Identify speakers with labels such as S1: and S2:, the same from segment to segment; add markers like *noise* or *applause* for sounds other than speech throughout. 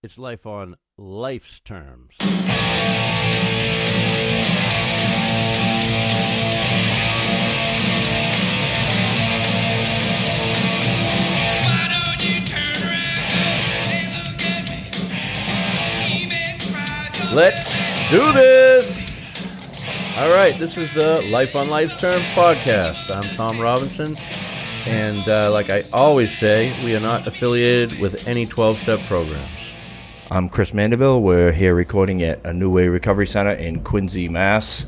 S1: It's life on life's terms. Let's do this. All right, this is the Life on Life's Terms podcast. I'm Tom Robinson, and uh, like I always say, we are not affiliated with any 12 step programs.
S2: I'm Chris Mandeville. We're here recording at a New Way Recovery Center in Quincy, Mass,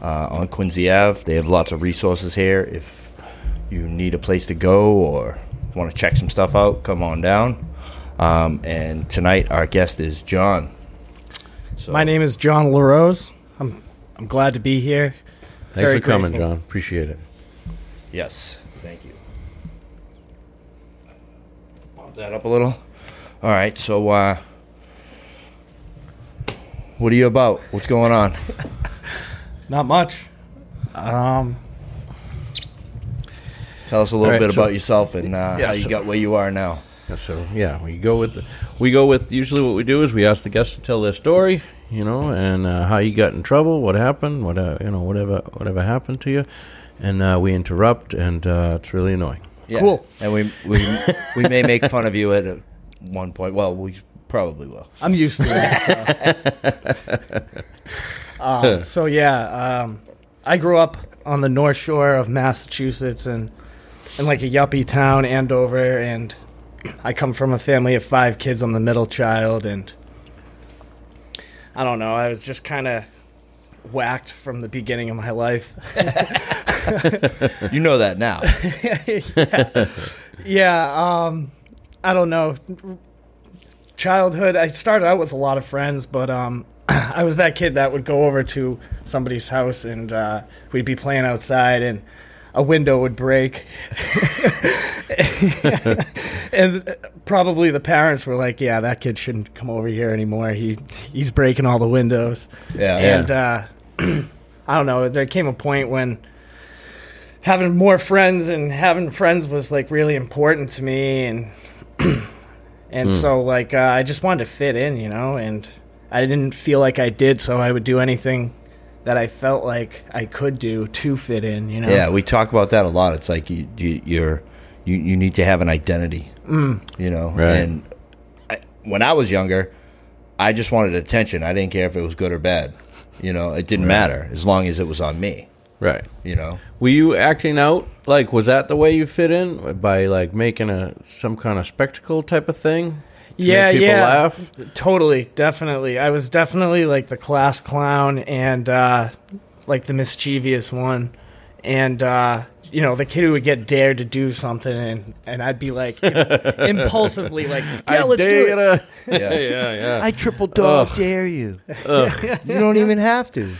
S2: uh, on Quincy Ave. They have lots of resources here. If you need a place to go or want to check some stuff out, come on down. Um, and tonight, our guest is John. So,
S3: My name is John LaRose. I'm I'm glad to be here.
S1: Thanks
S3: Very
S1: for coming,
S3: grateful.
S1: John. Appreciate it.
S2: Yes, thank you. Bump that up a little. All right. So, uh, what are you about? What's going on?
S3: Not much. Um,
S2: Tell us a
S1: All
S2: little
S1: right,
S2: bit
S1: so-
S2: about yourself and uh,
S1: Yeah,
S2: how you
S1: so-
S2: got where you are now.
S1: And so yeah, we go with the, we go with usually what we do is we ask the guests to tell their story, you know, and uh, how you got in trouble, what happened, what uh, you know, whatever whatever happened to you, and uh, we interrupt, and uh, it's really annoying.
S2: Yeah.
S3: Cool.
S2: And we we we may make fun of you at a- one point. Well, we probably will.
S3: I'm used to that.
S1: *laughs*
S3: So. um, so yeah, um, I grew up on the North Shore of Massachusetts and in like a yuppie town, Andover, and I come from a family of five kids. I'm the middle child, and I don't know. I was just kind of whacked from the beginning of my life.
S2: You know that now.
S3: *laughs* yeah. yeah um i don't know childhood i started out with a lot of friends but um *clears throat* i was that kid that would go over to somebody's house and uh, we'd be playing outside and a window would break *laughs* and probably the parents were like yeah that kid shouldn't come over here anymore he he's breaking all the windows
S2: Yeah.
S1: Yeah.
S3: and uh, *clears throat* I don't know. There came a point when having more friends and having friends was like really important to me, and *clears throat* and so like uh, I just wanted to fit in, you know. And I didn't feel like I did, so I would do anything that I felt like I could do to fit in, you know.
S2: Yeah, we talk about that a lot. It's like you, you you're you, you need to have an identity. Mm. You know.
S1: Right.
S2: And I, when I was younger, I just wanted attention. I didn't care if it was good or bad. You know, it didn't matter as long as it was on me.
S1: Right.
S2: You know.
S1: Were you acting out? Like, was that the way you fit in by like making a some kind of spectacle type of thing? To
S3: Yeah,
S1: make people
S3: yeah.
S1: laugh.
S3: Totally, definitely. I was definitely like the class clown and uh, like the mischievous one, and uh, you know the kid who would get dared to do something, and and I'd be
S2: *laughs*
S3: like impulsively like, yeah, let's do it. *laughs*
S1: it.
S2: Yeah.
S1: yeah, yeah.
S2: I triple dog dare you. You don't even have to.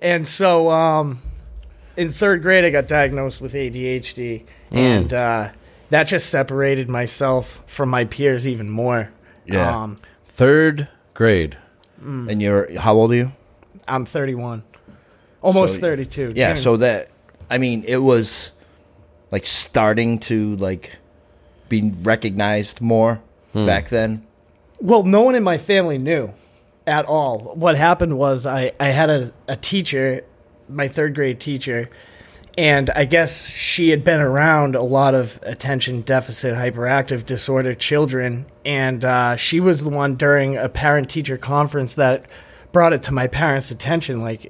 S3: And so, um, in third grade, I got diagnosed with ADHD,
S2: Mm.
S3: and uh, that just separated myself from my peers even more.
S2: Yeah.
S3: Um,
S1: Third grade.
S2: And you're how old are you?
S3: I'm 31, almost
S2: So-
S3: 32.
S2: yeah
S3: June.
S2: so that i mean it was like starting to like be recognized more
S1: Hmm.
S2: back then
S3: Well, no one in my family knew at all. What happened was I, I had a, a teacher, my third grade teacher, and I guess she had been around a lot of attention deficit hyperactive disorder children. And uh, she was the one during a parent teacher conference that brought it to my parents' attention. Like,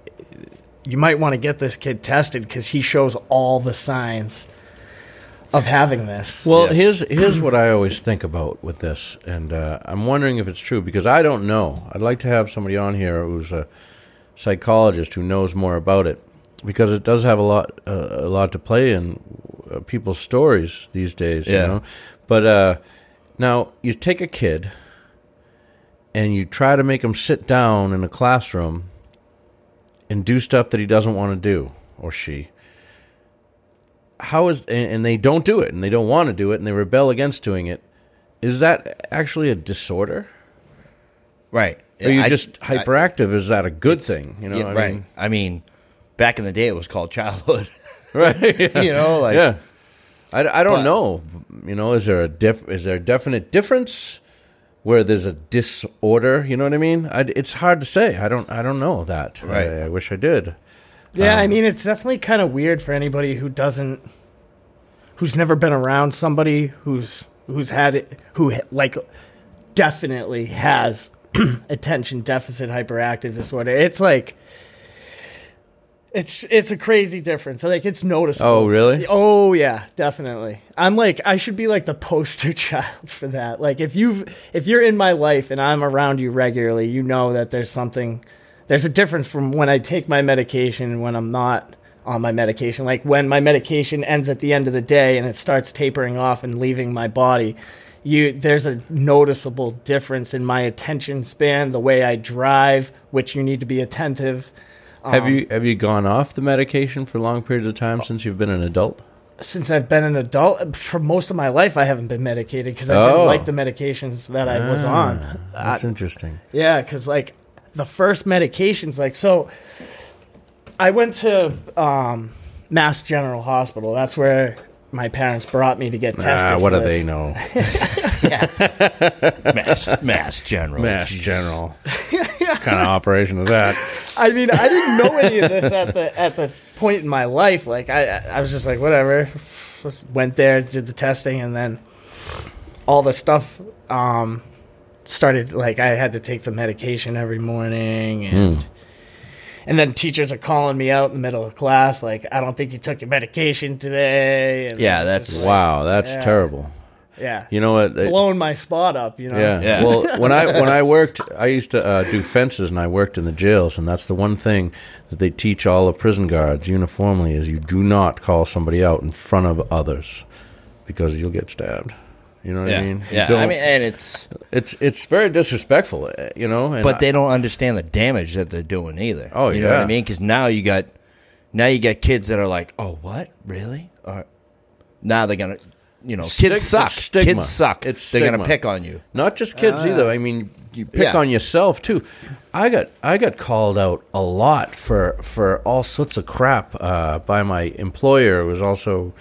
S3: you might want to get this kid tested because he shows all the signs of having this.
S1: Well,
S2: Yes.
S1: here's here's what I always think about with this, and uh, I'm wondering if it's true because I don't know. I'd like to have somebody on here who's a psychologist who knows more about it because it does have a lot uh, a lot to play in uh, people's stories these days.
S2: Yeah.
S1: You know, but uh, now you take a kid and you try to make him sit down in a classroom and do stuff that he doesn't want to do or she how is and, and they don't do it and they don't want to do it and they rebel against doing it is that actually a disorder
S2: right
S1: are you
S2: I-
S1: just
S2: I-
S1: hyperactive is that a good
S2: it's-
S1: thing you know
S2: yeah,
S1: I
S2: right
S1: mean-
S2: i mean back in the day it was
S1: *laughs*
S2: called childhood
S1: right yeah.
S2: You know, like-
S1: yeah I, I don't
S2: But-
S1: know you know is there a diff is there a definite difference where there's a disorder. You know what I mean? I, it's hard to say. I don't. I don't know that.
S2: Right.
S1: I, I wish I did.
S3: Yeah, I mean, it's definitely kind of weird for anybody who doesn't, who's never been around somebody who's who's had it, who like definitely has *clears throat* attention deficit hyperactive disorder. It's like. It's it's a crazy difference. Like it's noticeable.
S1: Oh, really?
S3: Oh yeah, definitely. I'm like I should be like the poster *laughs* child for that. Like if you've if you're in my life and I'm around you regularly, you know that there's something there's a difference from when I take my medication and when I'm not on my medication. Like when my medication ends at the end of the day and it starts tapering off and leaving my body, you there's a noticeable difference in my attention span, the way I drive, which you need to be attentive.
S1: have you Have you gone off the medication for long periods of time since you've been an adult?
S3: since I've been an adult, for most of my life, I haven't been medicated because I
S1: Oh.
S3: didn't like the medications that I was on. Uh,
S1: Ah, That's interesting.
S3: Yeah, because like the first medications, like so, I went to um, Mass General Hospital. That's where my parents brought me to get tested.
S1: Ah,
S3: for
S1: what do
S3: this. *laughs*
S1: they *laughs* know?
S2: Mass, mass general.
S1: Mass
S2: Jesus.
S1: *laughs* General. kind of operation is that?
S3: I mean, I didn't know any of this at the at the point in my life. Like I, I was just like whatever. Went there, did the testing, and then all the stuff um, started. Like I had to take the medication every morning, and
S2: Hmm.
S3: and then teachers are calling me out in the middle of class. Like I don't think you took your medication today. And
S2: Yeah,
S3: it's
S2: that's-
S3: just like-
S1: Wow, that's
S3: Yeah.
S1: terrible.
S3: yeah.
S1: You know what? It-
S3: Blown my spot up, you know.
S1: Yeah.
S2: Yeah.
S1: Well, when I when I worked, I used to uh, do fences, and I worked in the jails, and that's the one thing that they teach all the prison guards uniformly is you do not call somebody out in front of others because you'll get stabbed. You know what
S2: Yeah,
S1: I mean? You
S2: yeah. I
S1: don't-
S2: mean, and it's
S1: it's it's very disrespectful, eh, you know. And
S2: but
S1: I-
S2: they don't understand the damage that they're doing either.
S1: Oh,
S2: you know what
S1: yeah.
S2: I mean? Because now you got now you got kids that are like, oh, what, really? Or now they're gonna, you know,
S1: Stig-
S2: kids suck.
S1: it's stigma.
S2: Kids suck.
S1: It's
S2: they're gonna
S1: stigma.
S2: pick on you.
S1: Not just kids either. I mean, you pick
S2: Yeah.
S1: on yourself too. I got I got called out a lot for for all sorts of crap uh, by my employer. It was also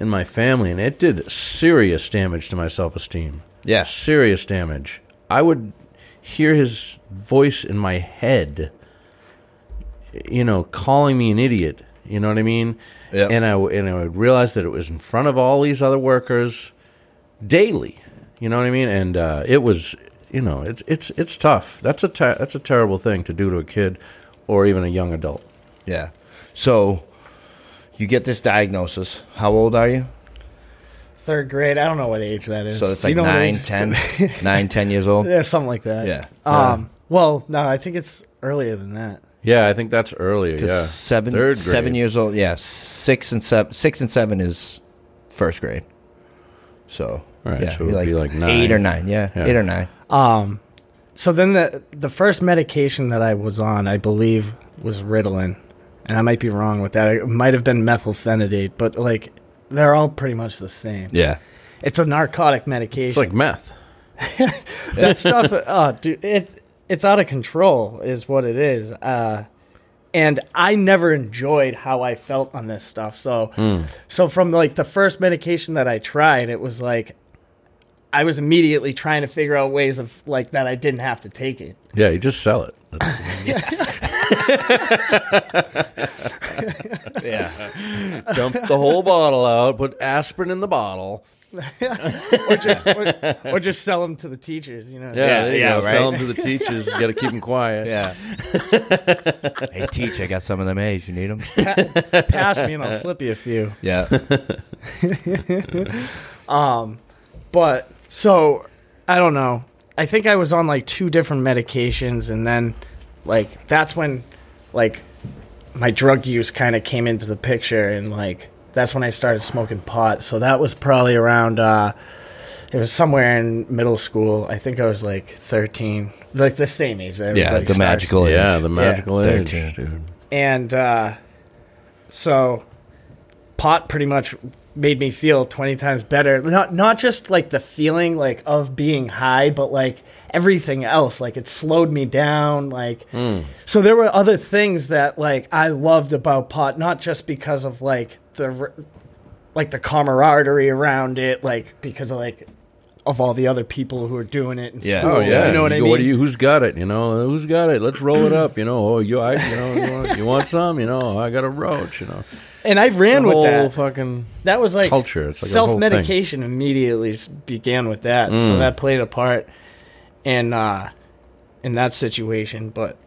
S1: in my family, and it did serious damage to my self esteem.
S2: Yeah.
S1: serious damage. I would hear his voice in my head. You know, calling me an idiot. You know what I mean?
S2: Yep.
S1: And I w- and I would realize that it was in front of all these other workers daily. You know what I mean? And uh, it was, you know, it's it's it's tough. That's a ter- that's a terrible thing to do to a kid or even a young adult.
S2: Yeah. So you get this diagnosis. How old are you?
S3: Third grade. I don't know what age that is.
S2: So it's
S3: You
S2: like
S3: know what
S2: nine,
S3: age-
S1: *laughs*
S2: ten, nine, ten years old.
S3: Yeah, something like that.
S2: Yeah.
S3: Um. Well, no, I think it's earlier than that.
S1: Yeah, I think that's earlier.
S2: 'Cause
S1: Yeah,
S2: seven, seven years old. Yeah, six and seven. Six and seven is first grade. So,
S1: All right,
S2: yeah,
S1: so it
S2: you're
S1: would be like
S2: eight
S1: nine.
S2: or nine. Yeah,
S1: Yeah.
S2: eight or nine.
S3: Um, so then the the first medication that I was on, I believe, was Ritalin, and I might be wrong with that. It might have been methylphenidate, but like they're all pretty much the same.
S2: Yeah,
S3: It's a narcotic medication.
S1: It's like meth.
S3: that stuff. Oh, dude, it it's out of control, is what it is. Uh, and I never enjoyed how I felt on this stuff. So, so from like the first medication that I tried, it was like I was immediately trying to figure out ways of like that I didn't have to take it.
S1: Yeah, you just sell it. That's- *laughs*
S2: yeah.
S1: *laughs* dump the whole bottle out, put aspirin in the bottle.
S3: or just or, or just sell them to the teachers. You know.
S1: Yeah,
S2: Yeah,
S1: there you
S2: yeah,
S1: go. Sell
S2: right.
S1: them to the teachers. Got to keep them quiet.
S2: *laughs* Yeah. hey, teacher, I got some of them A's. You need them?
S3: Pass me and I'll slip you a few.
S1: *laughs*
S2: Yeah.
S3: But so I don't know. I think I was on like two different medications, and then like that's when like my drug use kind of came into the picture, and like that's when I started smoking pot. So that was probably around. uh it was somewhere in middle school. I think I was like 13, like the same age. that
S2: Yeah,
S3: everybody
S2: the
S3: starts.
S2: magical age.
S1: Yeah, the magical
S2: Yeah.
S1: age,
S2: 13.
S1: dude.
S3: and uh, so pot pretty much made me feel 20 times better not not just like the feeling like of being high but like everything else like it slowed me down like
S1: Mm.
S3: so there were other things that like I loved about pot not just because of like the r- like the camaraderie around it like because of like of all the other people who are doing it. In
S2: Yeah.
S3: school,
S1: Oh yeah,
S3: you know what I
S1: go,
S3: mean.
S1: What do you? Who's got it? You know, who's got it? Let's roll it up. You know, oh, you, I, you know, you want, you want some? You know, I got a roach. You know,
S3: and I
S1: It's
S3: ran
S1: a
S3: with
S1: whole
S3: that.
S1: fucking
S3: that was like
S1: culture. It's like a whole
S3: self
S1: thing.
S3: medication immediately s- began with that, so
S1: Mm.
S3: that played a part in uh, in that situation. But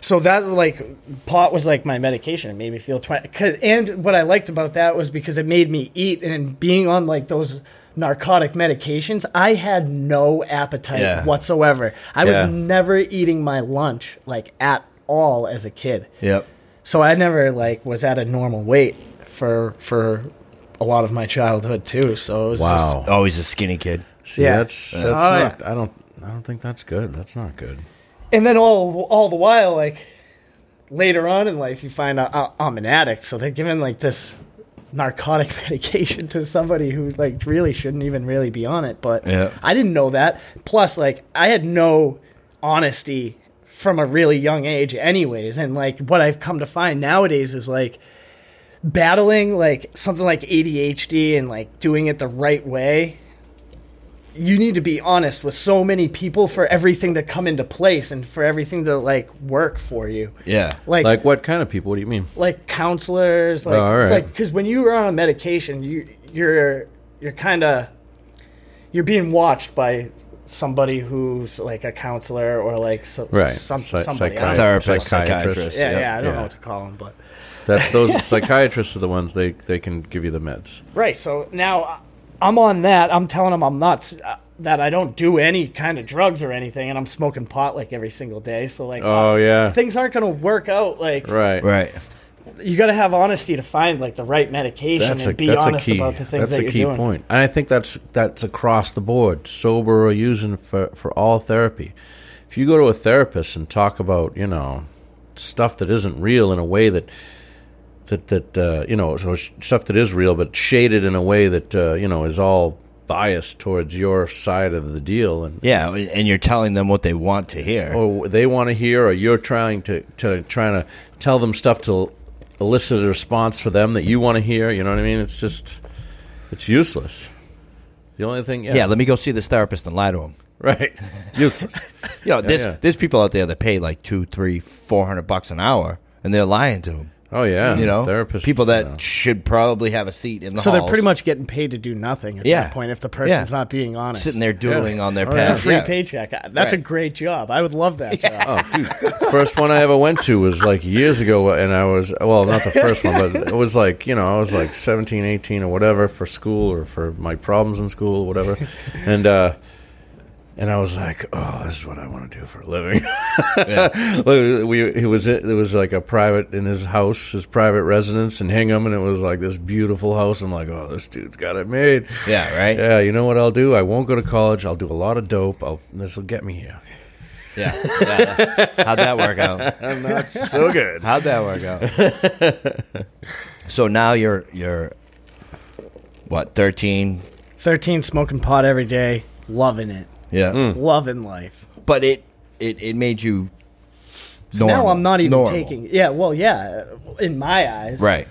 S3: so that like pot was like my medication. It made me feel twenty. Cause, and what I liked about that was because it made me eat and being on like those narcotic medications i had no appetite
S2: Yeah.
S3: whatsoever i
S2: Yeah.
S3: was never eating my lunch like at all as a kid
S2: Yep.
S3: so I never like was at a normal weight for for a lot of my childhood too. So it was
S1: Wow.
S2: Always Oh, a skinny kid.
S1: See,
S3: yeah.
S1: that's that's
S3: Oh,
S1: not. I don't. I don't think that's good. That's not good.
S3: just and then all all the while like later on in life you find out uh, I'm an addict, so they're giving like this narcotic *laughs* medication to somebody who like really shouldn't even really be on it. But
S2: Yeah.
S3: I didn't know that. Plus, like I had no honesty from a really young age, anyways. And like what I've come to find nowadays is like battling like something like ADHD and like doing it the right way, you need to be honest with so many people for everything to come into place and for everything to like work for you.
S2: Yeah.
S3: Like like,
S1: Like what kind of people? What do you mean?
S3: counselors, like
S1: Oh, all right.
S3: because when you are on medication, you you're you're kind of you're being watched by somebody who's like a counselor or like so,
S1: Right.
S3: some
S1: Psy-
S3: somebody. I don't-
S1: psychiatrist. Psychiatrist.
S2: Therapist, psychiatrist.
S3: yeah,
S2: Yep.
S3: yeah, I don't
S1: yeah.
S3: know what to call them, but
S1: That's those psychiatrists are the ones they they can give you the meds.
S3: Right. So now I- I'm on that. I'm telling them I'm nuts. uh, That I don't do any kind of drugs or anything, and I'm smoking pot like every single day. So like,
S1: Oh yeah,
S3: things aren't going to work out. Like,
S1: right.
S2: Right.
S3: you got to have honesty to find like the right medication
S1: That's a
S3: and be
S1: that's a
S3: honest
S1: key
S3: about the things
S1: that's
S3: that
S1: a
S3: you're
S1: key
S3: doing.
S1: point. and I think that's that's across the board, sober or using for for all therapy. If you go to a therapist and talk about you know stuff that isn't real in a way that that that uh, you know so it's stuff that is real but shaded in a way that uh, you know is all biased towards your side of the deal and
S2: Yeah. And you're telling them what they want to hear.
S1: or they want to hear, or you're trying to, to trying to tell them stuff to elicit a response for them that you want to hear. You know what I mean? It's just it's useless. The only thing, yeah,
S2: yeah. Let me go see this therapist and lie to him.
S1: *laughs* right, useless.
S2: You know, there's,
S1: yeah.
S2: there's people out there that pay like two, three, four hundred bucks an hour, and they're lying to them.
S1: Oh yeah,
S2: You know,
S1: therapists,
S2: people that
S1: you know.
S2: should probably have a seat in the
S3: So they're
S2: halls,
S3: pretty much getting paid to do nothing at
S2: Yeah.
S3: that point if the person's not being honest.
S2: sitting there doodling on their
S1: Oh, yeah.
S2: pad.
S3: It's a free
S2: Yeah.
S3: paycheck. I- That's a
S2: Right.
S3: great job. I would love that job.
S1: Oh, dude. First one I ever went to was like years ago, and I was, well, not the first one, but it was like, you know, I was like 17, 18 or whatever for school or for my problems in school or whatever. And, uh, and I was like, "Oh, this is what I want to do for a living." *laughs* Like, we it was it was like a private in his house, his private residence in Hingham, and it was like this beautiful house. I'm like, "Oh, this dude's got it made."
S2: Yeah, right.
S1: Yeah, you know what I'll do? I won't go to college. I'll do a lot of dope. I'll this will get me here.
S2: Yeah. Yeah. How'd that
S1: *laughs*
S2: work out?
S1: I'm not so good.
S2: How'd that work out? *laughs* so now you're you're what thirteen?
S1: Oh.
S3: Thirteen smoking pot every day, loving it,
S2: Yeah,
S3: Hmm. loving life.
S2: but it it it made you.
S3: Now
S2: normal.
S3: I'm not even
S2: Normal.
S3: taking. Yeah, well, yeah, in my eyes,
S2: right.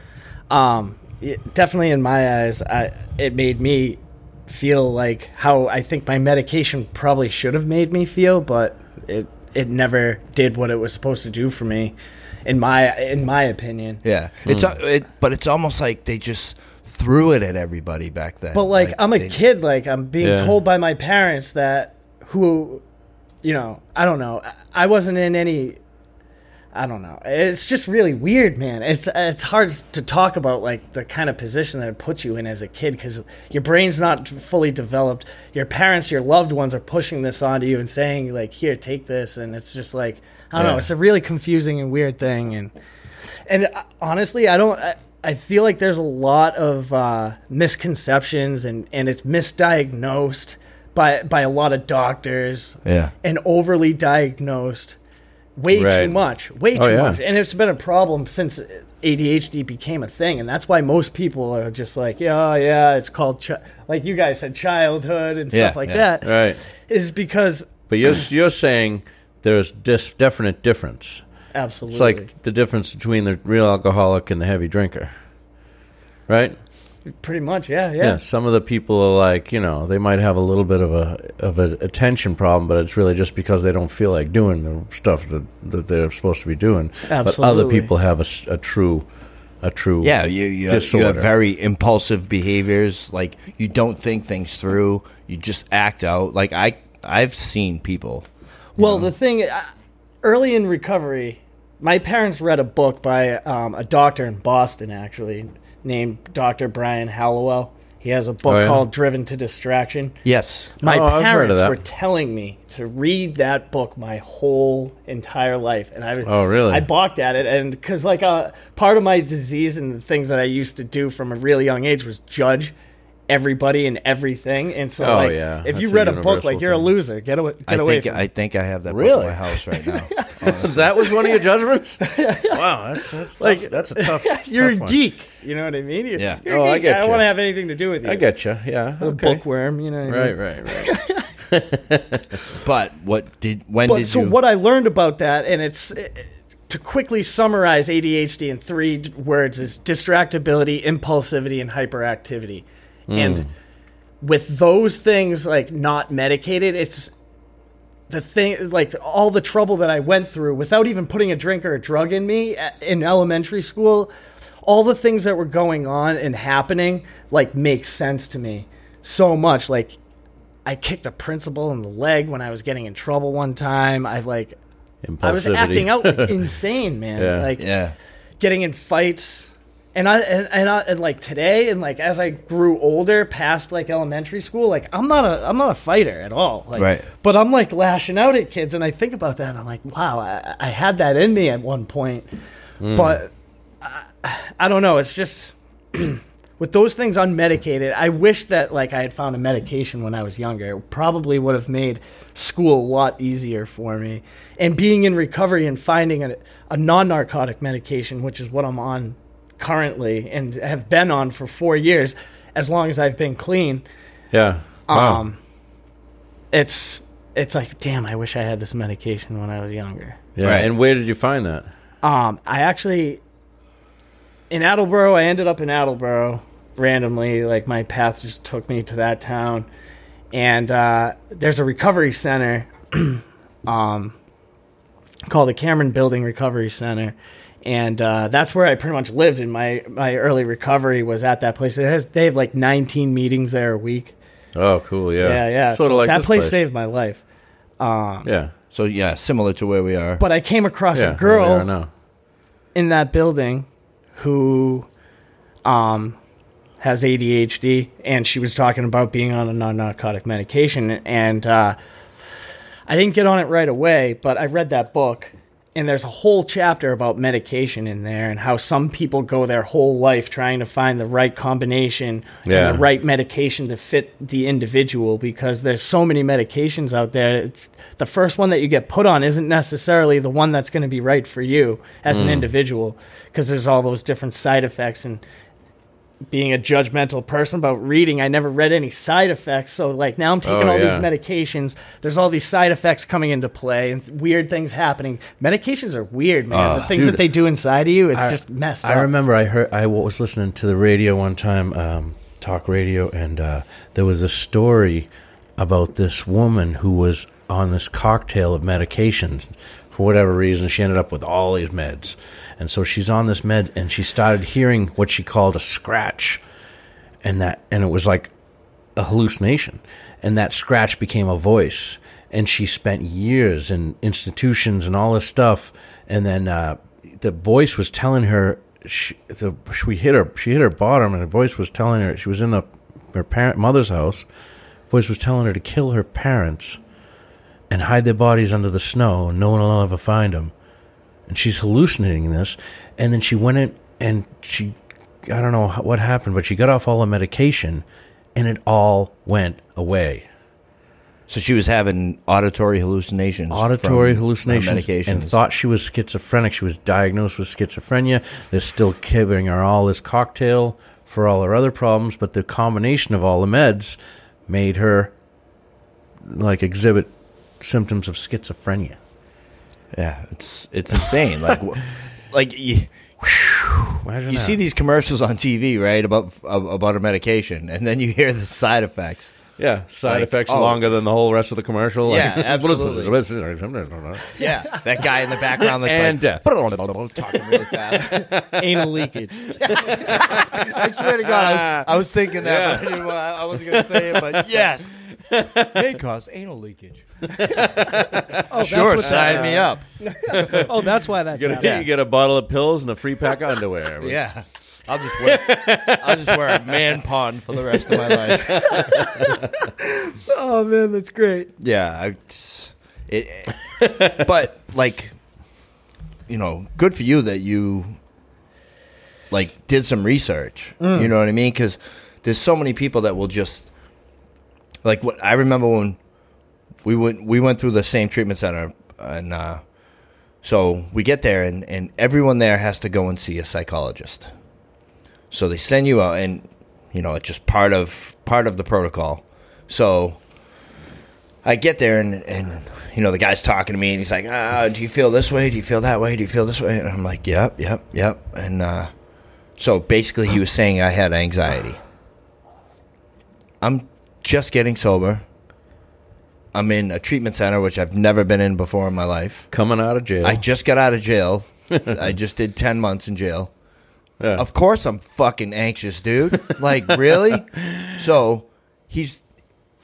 S3: Um, it- definitely in my eyes, I, it made me feel like how I think my medication probably should have made me feel, but it it never did what it was supposed to do for me, in my in my opinion.
S2: Yeah, it's
S3: Hmm.
S2: uh, it, but it's almost like they just threw it at everybody back then.
S3: But like, I'm a
S2: they-
S3: kid. Like I'm being
S1: Yeah.
S3: told by my parents that who, you know, I don't know. I- I wasn't in any. I don't know. It's just really weird, man. It's it's hard to talk about like the kind of position that it puts you in as a kid because your brain's not fully developed. Your parents, your loved ones are pushing this onto you and saying like, "Here, take this," and it's just like I don't
S2: Yeah.
S3: know. It's a really confusing and weird thing, and and uh, honestly i don't i, I feel like there's a lot of uh, misconceptions and and it's misdiagnosed by by a lot of doctors
S2: Yeah.
S3: and overly diagnosed way
S1: Right.
S3: too much way
S1: Oh,
S3: too
S1: yeah.
S3: much and it's been a problem since ADHD became a thing and that's why most people are just like yeah oh, yeah it's called chi-, like you guys said childhood and stuff
S2: Yeah,
S3: like
S2: yeah.
S3: that. Is
S1: *laughs* Right.
S3: because
S1: But
S3: *clears throat*
S1: you're you're saying there's dis- definite difference.
S3: absolutely
S1: It's like the difference between the real alcoholic and the heavy drinker, right?
S3: Pretty much, yeah, yeah.
S1: Yeah. some of the people are like, you know, they might have a little bit of a of an attention problem, but it's really just because they don't feel like doing the stuff that, that they're supposed to be doing. But other
S3: Absolutely.
S1: people have a, s- a true, a true. *laughs*
S2: Yeah, you you have, you have
S1: Disorder.
S2: very impulsive behaviors. Like you don't think things through. You just act out. Like I I've seen people.
S3: Well, the thing I- early in recovery, my parents read a book by um, a doctor in Boston, actually, named Dr. Brian Hallowell. He has a book
S1: Oh, yeah?
S3: called Driven to Distraction.
S2: Yes.
S3: My
S1: Oh, I've heard of
S3: parents
S1: that.
S3: were telling me to read that book my whole entire life, and I was-
S1: Oh, really?
S3: I balked at it, and because like uh, part of my disease and the things that I used to do from a really young age was judge everybody and everything, and so
S1: Oh,
S3: like
S1: yeah.
S3: if you
S1: That's a
S3: read a book
S1: universal
S3: like you're a
S1: thing.
S3: loser, get away, get
S2: I
S3: away
S2: think
S3: from
S2: I think I have that book
S1: Really?
S2: in my house right now.
S1: that was one of your *laughs* judgments. wow, that's that's like that's *laughs* a tough.
S3: You're a
S1: tough one.
S3: geek. You know what I mean? You're,
S2: Yeah.
S3: You're
S1: Oh,
S3: a
S1: I
S3: geek.
S1: get
S3: I don't
S1: you.
S3: want to have anything to do with you.
S1: I get you. Yeah,
S3: a
S1: okay.
S3: bookworm. You know. What I
S1: Right,
S3: mean?
S1: right, right.
S2: *laughs* But what did when
S3: But
S2: did
S3: so
S2: you?
S3: what I learned about that, and it's eh, to quickly summarize ADHD in three d- words: is distractibility, impulsivity, and hyperactivity.
S2: Hmm.
S3: And with those things like not medicated, it's the thing like all the trouble that I went through without even putting a drink or a drug in me a- in elementary school, all the things that were going on and happening like makes sense to me so much. Like I kicked a principal in the leg when I was getting in trouble one time. I like
S1: Impulsivity.
S3: I was acting out like, insane, man.
S1: Yeah.
S3: Like
S2: yeah.
S3: getting in fights. And I and, and I and like today and like as I grew older past like elementary school, like I'm not a I'm not a fighter at all. Like,
S2: Right.
S3: But I'm like lashing out at kids, and I think about that, and I'm like, wow, I, I had that in me at one point. But I, I don't know. It's just with those things unmedicated. I wish that like I had found a medication when I was younger. It probably would have made school a lot easier for me. And being in recovery and finding a, a non-narcotic medication, which is what I'm on currently and have been on for four years, as long as I've been clean.
S1: Yeah. Wow.
S3: Um, it's it's like damn. I wish I had this medication when I was younger.
S1: yeah.
S2: Right.
S1: And where did you find that?
S3: Um, I actually in Attleboro. I ended up in Attleboro randomly. Like my path just took me to that town, and uh, there's a recovery center *clears throat* um, called the Cameron Building Recovery Center. And uh, that's where I pretty much lived. In my my early recovery was at that place. It has, they have like 19 meetings there a week.
S1: Oh, cool. Yeah.
S3: Yeah, yeah.
S1: Sort
S3: So
S1: of like
S3: that
S1: this
S3: place,
S1: place
S3: saved my life. Um,
S1: Yeah.
S2: So yeah, similar to where we are.
S3: But I came across
S1: yeah.
S3: a
S1: there we are
S3: girl
S1: now.
S3: in that building who um, has ADHD, and she was talking about being on a non narcotic medication. And uh, I didn't get on it right away, but I read that book. And there's a whole chapter about medication in there and how some people go their whole life trying to find the right combination
S1: Yeah.
S3: and the right medication to fit the individual because there's so many medications out there. The first one that you get put on isn't necessarily the one that's going to be right for you as an individual because there's all those different side effects and being a judgmental person about reading, I never read any side effects. So like now I'm taking
S1: Oh,
S3: all
S1: yeah.
S3: these medications. There's all these side effects coming into play and th- weird things happening. Medications are weird, man. the things
S1: dude,
S3: that they do inside of you, it's just messed
S1: I
S3: up.
S1: remember I heard I was listening to the radio one time, um, talk radio, and uh, there was a story about this woman who was on this cocktail of medications. For whatever reason, she ended up with all these meds, and so she's on this med, and she started hearing what she called a scratch, and that, and it was like a hallucination, and that scratch became a voice. And she spent years in institutions and all this stuff, and then uh, the voice was telling her she, the, we hit her. She hit her bottom, and the voice was telling her she was in the her parent mother's house. Voice was telling her to kill her parents and hide their bodies under the snow, and no one will ever find them. And she's hallucinating this, and then she went in and she, I don't know what happened, but she got off all the medication, and it all went away.
S2: so she was having auditory hallucinations.
S1: auditory
S2: from her
S1: hallucinations
S2: medications.
S1: and thought she was schizophrenic. She was diagnosed with schizophrenia. They're still giving her all this cocktail for all her other problems, but the combination of all the meds made her like exhibit symptoms of schizophrenia.
S2: *laughs* Yeah, it's it's insane. like, wh- like you,
S1: Imagine
S2: You see
S1: that.
S2: these commercials on TV, right, about about a medication, and then you hear the side effects.
S1: yeah side
S2: like,
S1: effects
S2: oh.
S1: longer than the whole rest of the commercial. Like,
S2: Yeah,
S1: *laughs*
S2: absolutely.
S1: what is this?
S2: Yeah, that guy in the background that's
S1: And
S2: like
S1: death.
S2: *laughs* talking really fast.
S3: Anal
S2: *laughs*
S3: leakage.
S2: I swear to God, I was, I was thinking that, but I, didn't wa- I wasn't going to say it. But yes, may cause anal leakage.
S3: Oh,
S2: Sure,
S3: that's what that,
S2: sign me up.
S3: oh, that's why that's
S1: You get, a,
S3: happening.
S1: you get a bottle of pills and a free pack of underwear.
S2: Yeah, I'll just wear I'll just wear a man pond for the rest of my life.
S3: Oh man, that's great.
S2: Yeah, I, it, *laughs* but like, you know, good for you that you like did some research. You know what I mean? Because there's so many people that will just like what I remember when we went we went through the same treatment center and uh, so we get there and and everyone there has to go and see a psychologist. So they send you out and you know it's just part of part of the protocol. So I get there and and you know the guy's talking to me and he's like, ah, do you feel this way? Do you feel that way? Do you feel this way? And I'm like, yep, yep, yep. And uh, so basically, he was saying I had anxiety. I'm just getting sober. I'm in a treatment center which I've never been in before in my life.
S1: Coming out of jail.
S2: I just got out of jail. I just did ten months in jail.
S1: Yeah.
S2: Of course, I'm fucking anxious, dude. Like, really? So he's,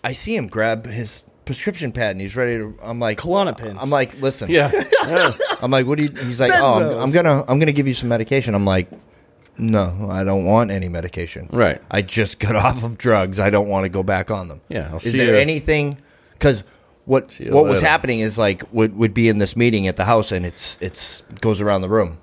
S2: I see him grab his prescription pad and he's ready to. I'm like,
S3: Klonopin.
S2: I'm like, listen. *laughs*
S1: yeah. yeah.
S2: I'm like, what do you? He's like, oh, I'm,
S3: Benzos.
S2: I'm gonna, I'm gonna give you some medication. I'm like, no, I don't want any medication.
S1: Right.
S2: I just got *laughs* off of drugs. I don't want to go back on them.
S1: Yeah, I'll
S2: Is
S1: see
S2: there
S1: you-
S2: anything? Because what
S1: See
S2: what
S1: you
S2: was
S1: later.
S2: happening is like would would be in this meeting at the house, and it's it's goes around the room,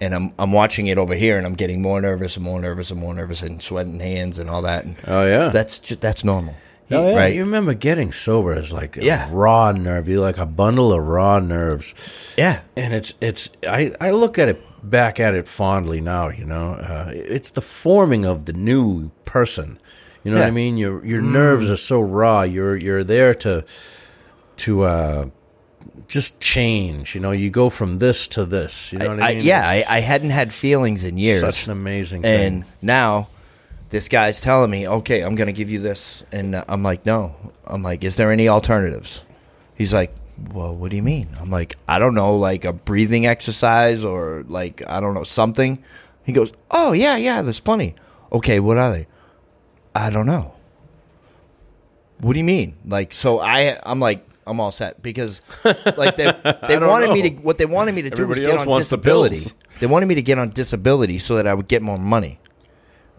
S2: and I'm I'm watching it over here, and I'm getting more nervous and more nervous and more nervous, and sweating hands and all that. And
S1: Oh yeah.
S2: that's just, that's normal.
S3: Oh, yeah.
S2: Right.
S1: You remember getting sober is like a
S2: Yeah.
S1: raw nerve. You're like a bundle of raw nerves.
S2: Yeah.
S1: and it's it's I, I look at it back at it fondly now you know uh, it's the forming of the new person you know what
S2: Yeah. Mm.
S1: i mean your your nerves are so raw you're you're there to to uh just change you know you go from this to this you know what
S2: I-
S1: i mean
S2: yeah, I,
S1: It's
S2: I hadn't had feelings in years.
S1: such an amazing
S2: and
S1: thing
S2: now this guy's telling me okay i'm gonna give you this and uh, i'm like no i'm like is there any alternatives he's like well what do you mean i'm like i don't know like a breathing exercise or like i don't know something he goes oh yeah yeah there's plenty okay what are they i don't know what do you mean like so i i'm like i'm all set because
S1: *laughs*
S2: like they, they
S1: don't
S2: wanted me
S1: know.
S2: to what they wanted me to do was
S1: Everybody
S2: get
S1: else
S2: on
S1: wants the
S2: disability
S1: pills.
S2: they wanted me to get on disability so that i would get more money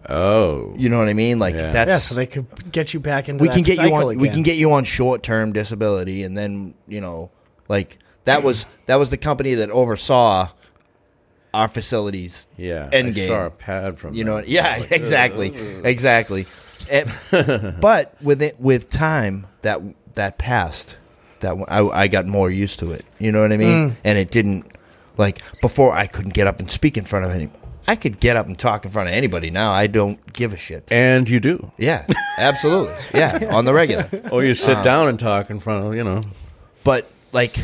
S1: oh
S2: you know what I mean? Like
S1: Yeah.
S2: that's
S3: Yeah, so they could get you back into
S2: we
S3: that
S2: can get you
S3: cycle
S2: on we
S3: again.
S2: can get you on short term disability, and then you know, like that was that was the company that oversaw our facilities.
S1: yeah
S2: end
S1: I
S2: game.
S1: saw a pad from
S2: You know,
S1: that.
S2: yeah,
S1: Like,
S2: *laughs* exactly, exactly. And- but with it, with time, that that passed. That one- I, I got more used to it. You know what I
S3: Mm.
S2: mean? And it didn't like before. I couldn't get up and speak in front of any. I could get up and talk in front of anybody now. I don't give a shit.
S1: and you do
S2: Yeah, absolutely. Yeah, on the regular.
S1: or you
S2: Ah.
S1: sit down and talk in front of you know
S2: But like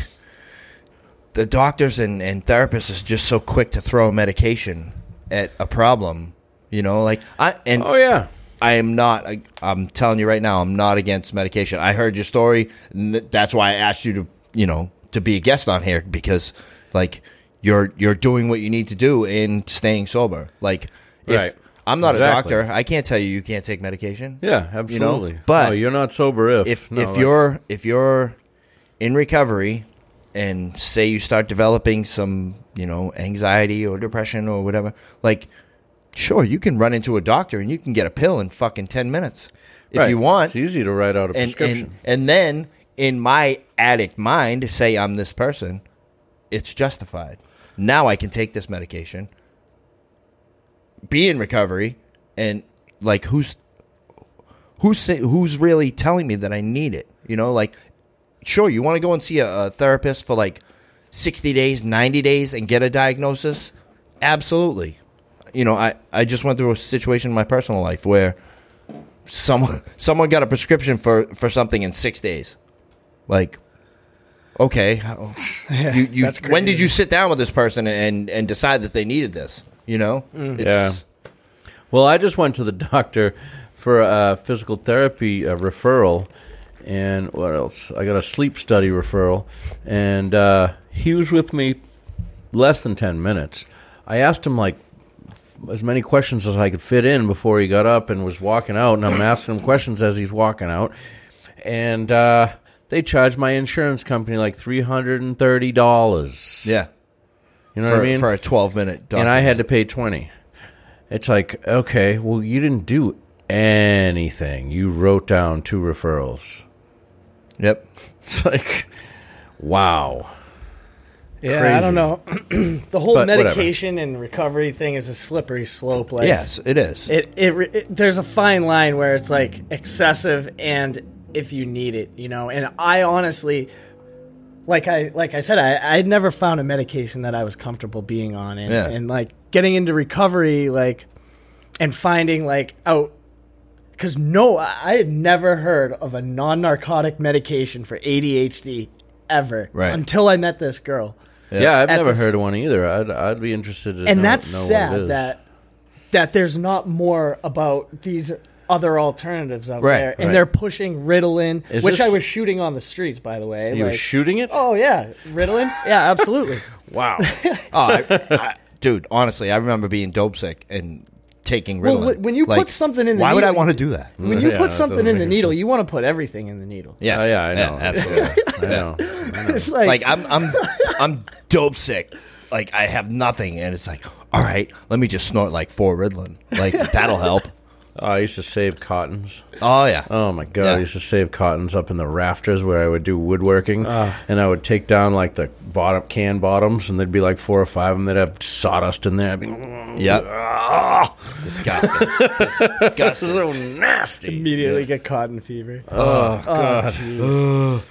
S2: the doctors and, and therapists is just so quick to throw medication at a problem, you know, like I and
S1: oh yeah
S2: I am not I- I'm telling you right now, I'm not against medication. I heard your story, and th- that's why I asked you to, you know, to be a guest on here because like you're you're doing what you need to do in staying sober. Like if
S1: Right.
S2: I'm not
S1: Exactly.
S2: a doctor, I can't tell you you can't take medication.
S1: yeah absolutely
S2: but
S1: No, you're not sober if
S2: if
S1: No,
S2: if
S1: like-
S2: you're if you're in recovery and say you start developing some you know anxiety or depression or whatever like sure you can run into a doctor and you can get a pill in fucking 10 minutes if
S1: Right.
S2: you want
S1: It's easy to write out a
S2: and,
S1: prescription.
S2: and and then in my addict mind say i'm this person it's justified now i can take this medication be in recovery and like who's who's say, who's really telling me that I need it? You know, like sure you want to go and see a, a therapist for like 60 days, 90 days and get a diagnosis? Absolutely. You know, I I just went through a situation in my personal life where *laughs* someone someone got a prescription for for something in 6 days. Like okay,
S3: *laughs*
S2: how- you, you,
S3: that's
S2: when did
S3: crazy.
S2: you sit down with this person and, and decide that they needed this? You know,
S3: Mm.
S2: It's-
S1: Well, I just went to the *laughs* doctor for a physical therapy uh referral, and what else? I got a sleep study referral, and uh, he was with me less than ten minutes. I asked him like f- as many questions as I could fit in before he got up and was walking out, and *coughs* I'm asking him questions as he's walking out, and uh, they charged my insurance company like three hundred and thirty dollars.
S2: yeah.
S1: you know
S2: for,
S1: what I mean
S2: for a twelve minute,
S1: and I
S2: document.
S1: had to pay 20. It's like, okay, well, you didn't do anything. You wrote down two referrals. *laughs*
S2: Yep.
S1: It's like, wow.
S3: Yeah, I
S1: Crazy.
S3: don't know. *clears throat* the whole
S1: But whatever.
S3: medication and recovery thing is a slippery slope. Like,
S2: yes, it is.
S3: it, it, re- it there's a fine line where it's like excessive and if you need it, you know. And I honestly, like I like I said, I I had never found a medication that I was comfortable being on, and
S2: Yeah.
S3: and like getting into recovery, like, and finding like out. Because no, I I had never heard of a non narcotic medication for ADHD ever
S2: Right.
S3: until I met this girl.
S1: Yeah, I've
S3: At
S1: never
S3: the-
S1: heard of one either. I'd, I'd be interested to
S3: and
S1: know,
S3: that's
S1: know what it
S3: sad
S1: is.
S3: that that there's not more about these other alternatives out
S2: Right,
S3: there, and
S2: right.
S3: they're pushing Ritalin,
S1: Is
S3: which
S1: this-
S3: I was shooting on the streets, by the way.
S1: You were
S3: like-
S1: shooting it?
S3: oh yeah, Ritalin.
S1: *laughs*
S3: Yeah, absolutely. *laughs*
S1: Wow.
S2: Oh, I, I, dude, honestly, I remember being dope sick and taking
S3: Well,
S2: Ritalin.
S3: wh- when you put something in the Mm.
S2: why would I
S3: needle,
S2: want to do that?
S3: when you
S1: Yeah,
S3: put
S1: that
S3: something
S1: doesn't
S3: in the
S1: make
S3: needle,
S1: sense.
S3: you want to put everything in the needle.
S1: Oh, yeah, I know.
S3: *laughs*
S2: absolutely.
S1: I know. Oh,
S3: It's like,
S2: like I'm, I'm, I'm dope sick. Like I have nothing, and it's like, all right, let me just snort like four Ritalin.
S3: *laughs*
S2: Like that'll help.
S1: Oh, I used to save cottons.
S2: Oh yeah.
S1: Oh my god!
S2: Yeah.
S1: I used to save cottons up in the rafters where I would do woodworking,
S3: Ah.
S1: and I would take down like the bottom can bottoms, and there'd be like four or five of them that have sawdust in there. I'd be,
S2: Yep.
S1: "Ah, *laughs*
S2: Disgusting.
S1: this is so nasty.
S3: immediately get cotton fever.
S1: Oh, God.
S3: jeez.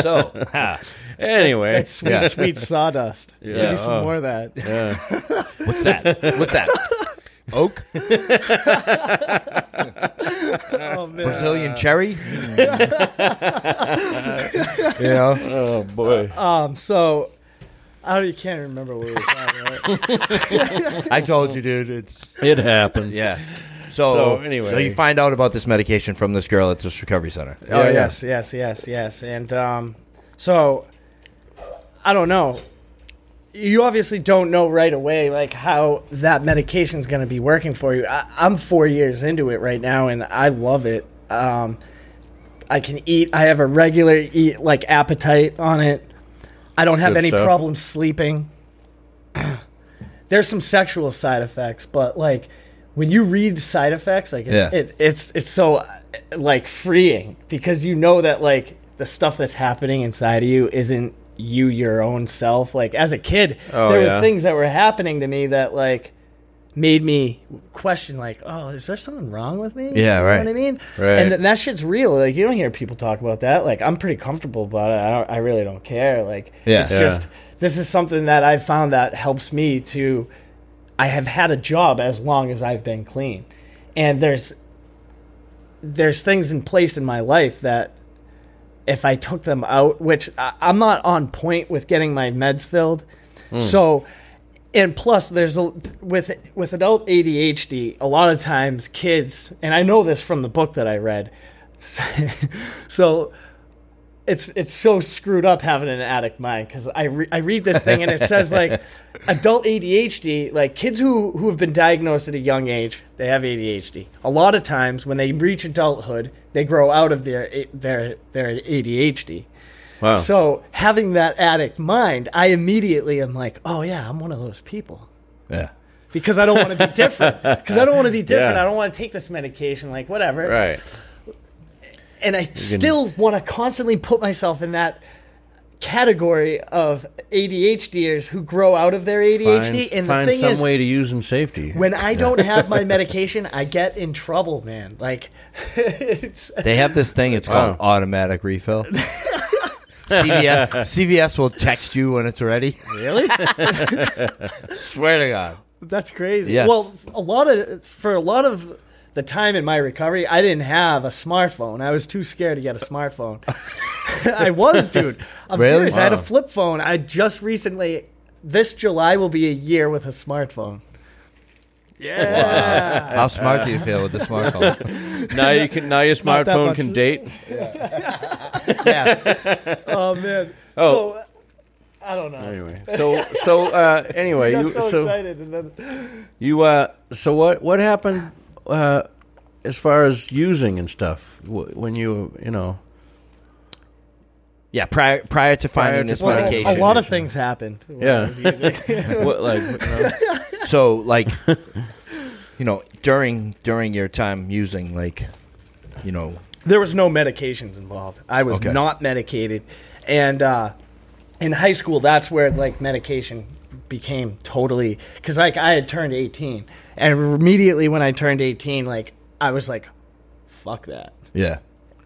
S2: so ha,
S1: Anyway,
S3: sweet,
S2: Yeah.
S3: sweet sawdust.
S1: *laughs*
S3: Give
S1: Yeah.
S3: me some
S1: Oh.
S3: more of that.
S2: what's that? What's that? Oak,
S3: Oh man.
S2: Brazilian
S3: *laughs*
S2: cherry. you know.
S1: *laughs* oh boy,
S3: Um. So, I don't, can't remember where we were. at, right?
S2: I told you, dude. It's
S1: it happens.
S2: *laughs* Yeah. So,
S1: So, anyway.
S2: so you find out about this medication from this girl at this recovery center.
S3: Oh
S1: Yeah,
S3: yes, yes, yes, yes. And um, so I don't know. You obviously don't know right away like how that medication's going to be working for you. I, I'm four years into it right now, and I love it. Um, I can eat. I have a regular eat like appetite on it. I don't have
S1: good
S3: any
S1: stuff.
S3: problem sleeping. There's some sexual side effects, but like when you read side effects, like it,
S2: Yeah.
S3: it, it's it's so uh, like freeing because you know that like the stuff that's happening inside of you isn't you your own self. Like as a kid,
S1: Oh,
S3: there
S1: yeah.
S3: were things that were happening to me that like made me question like, oh, is there something wrong with me?
S2: Yeah,
S3: you
S2: right.
S3: Know what I mean,
S1: Right.
S3: And th- that shit's real. Like you don't hear people talk about that. Like I'm pretty comfortable about it. I don't. I really don't care. Like
S2: Yeah.
S3: it's
S2: Yeah.
S3: just this is something that I've found that helps me to. I have had a job as long as I've been clean, and there's there's things in place in my life that if I took them out, which I, I'm not on point with getting my meds filled,
S2: Hmm.
S3: so and plus there's a with with adult ADHD a lot of times kids and I know this from the book that I read *laughs* so it's it's so screwed up having an addict mind cuz I re- I read this thing and it
S1: *laughs*
S3: says like adult ADHD like kids who who have been diagnosed at a young age they have ADHD a lot of times when they reach adulthood they grow out of their A- their their ADHD
S1: Wow.
S3: so having that addict mind, I immediately am like, oh yeah, I'm one of those people
S2: Yeah.
S3: because I don't want to be different. Because I don't want to be
S1: *laughs*
S3: different.
S1: Yeah.
S3: I don't want to take this medication, like whatever.
S1: right.
S3: And I still want to constantly put myself in that category of ADHDers who grow out of their ADHD.
S1: Find,
S3: and
S1: find
S3: the thing
S1: some
S3: is,
S1: way to use in safety.
S3: when I don't
S1: *laughs*
S3: have my medication, I get in trouble, man. Like, *laughs* it's,
S2: They have this thing. It's called
S1: Wow.
S2: automatic *laughs* refill. CVS, *laughs* CVS will text you when it's ready.
S3: really?
S2: *laughs* Swear to God.
S3: That's crazy.
S2: Yes.
S3: Well, a lot of for a lot of the time in my recovery, I didn't have a smartphone. I was too scared to get a smartphone. *laughs* I was, dude. I'm
S2: Really?
S3: serious. I had a
S1: Wow.
S3: flip phone. I just recently, this July will be a year with a smartphone. Yeah.
S2: How smart do you feel with the smartphone?
S1: Now you can. Now your
S3: Not that
S1: smartphone
S3: much.
S1: can date.
S3: *laughs*
S2: yeah.
S3: oh man.
S1: Oh.
S3: So uh, I don't know.
S1: Anyway, so so uh, anyway,
S3: I
S1: you,
S3: got so,
S1: so
S3: excited and then
S1: You uh, so what what happened uh, as far as using and stuff wh- when you you
S3: *laughs*
S1: know
S2: *laughs* Yeah, prior prior to finding
S1: Prior to
S2: this
S1: Well,
S2: medication.
S3: a lot of things happened. when I
S1: Yeah.
S3: was using.
S1: what like you know?
S2: so like you know, during during your time using like you know
S3: there was no medications involved. I was
S2: Okay.
S3: not medicated, and uh, in high school, that's where like medication became totally because like I had turned eighteen, and immediately when I turned eighteen, like I was like, "Fuck that,"
S2: Yeah.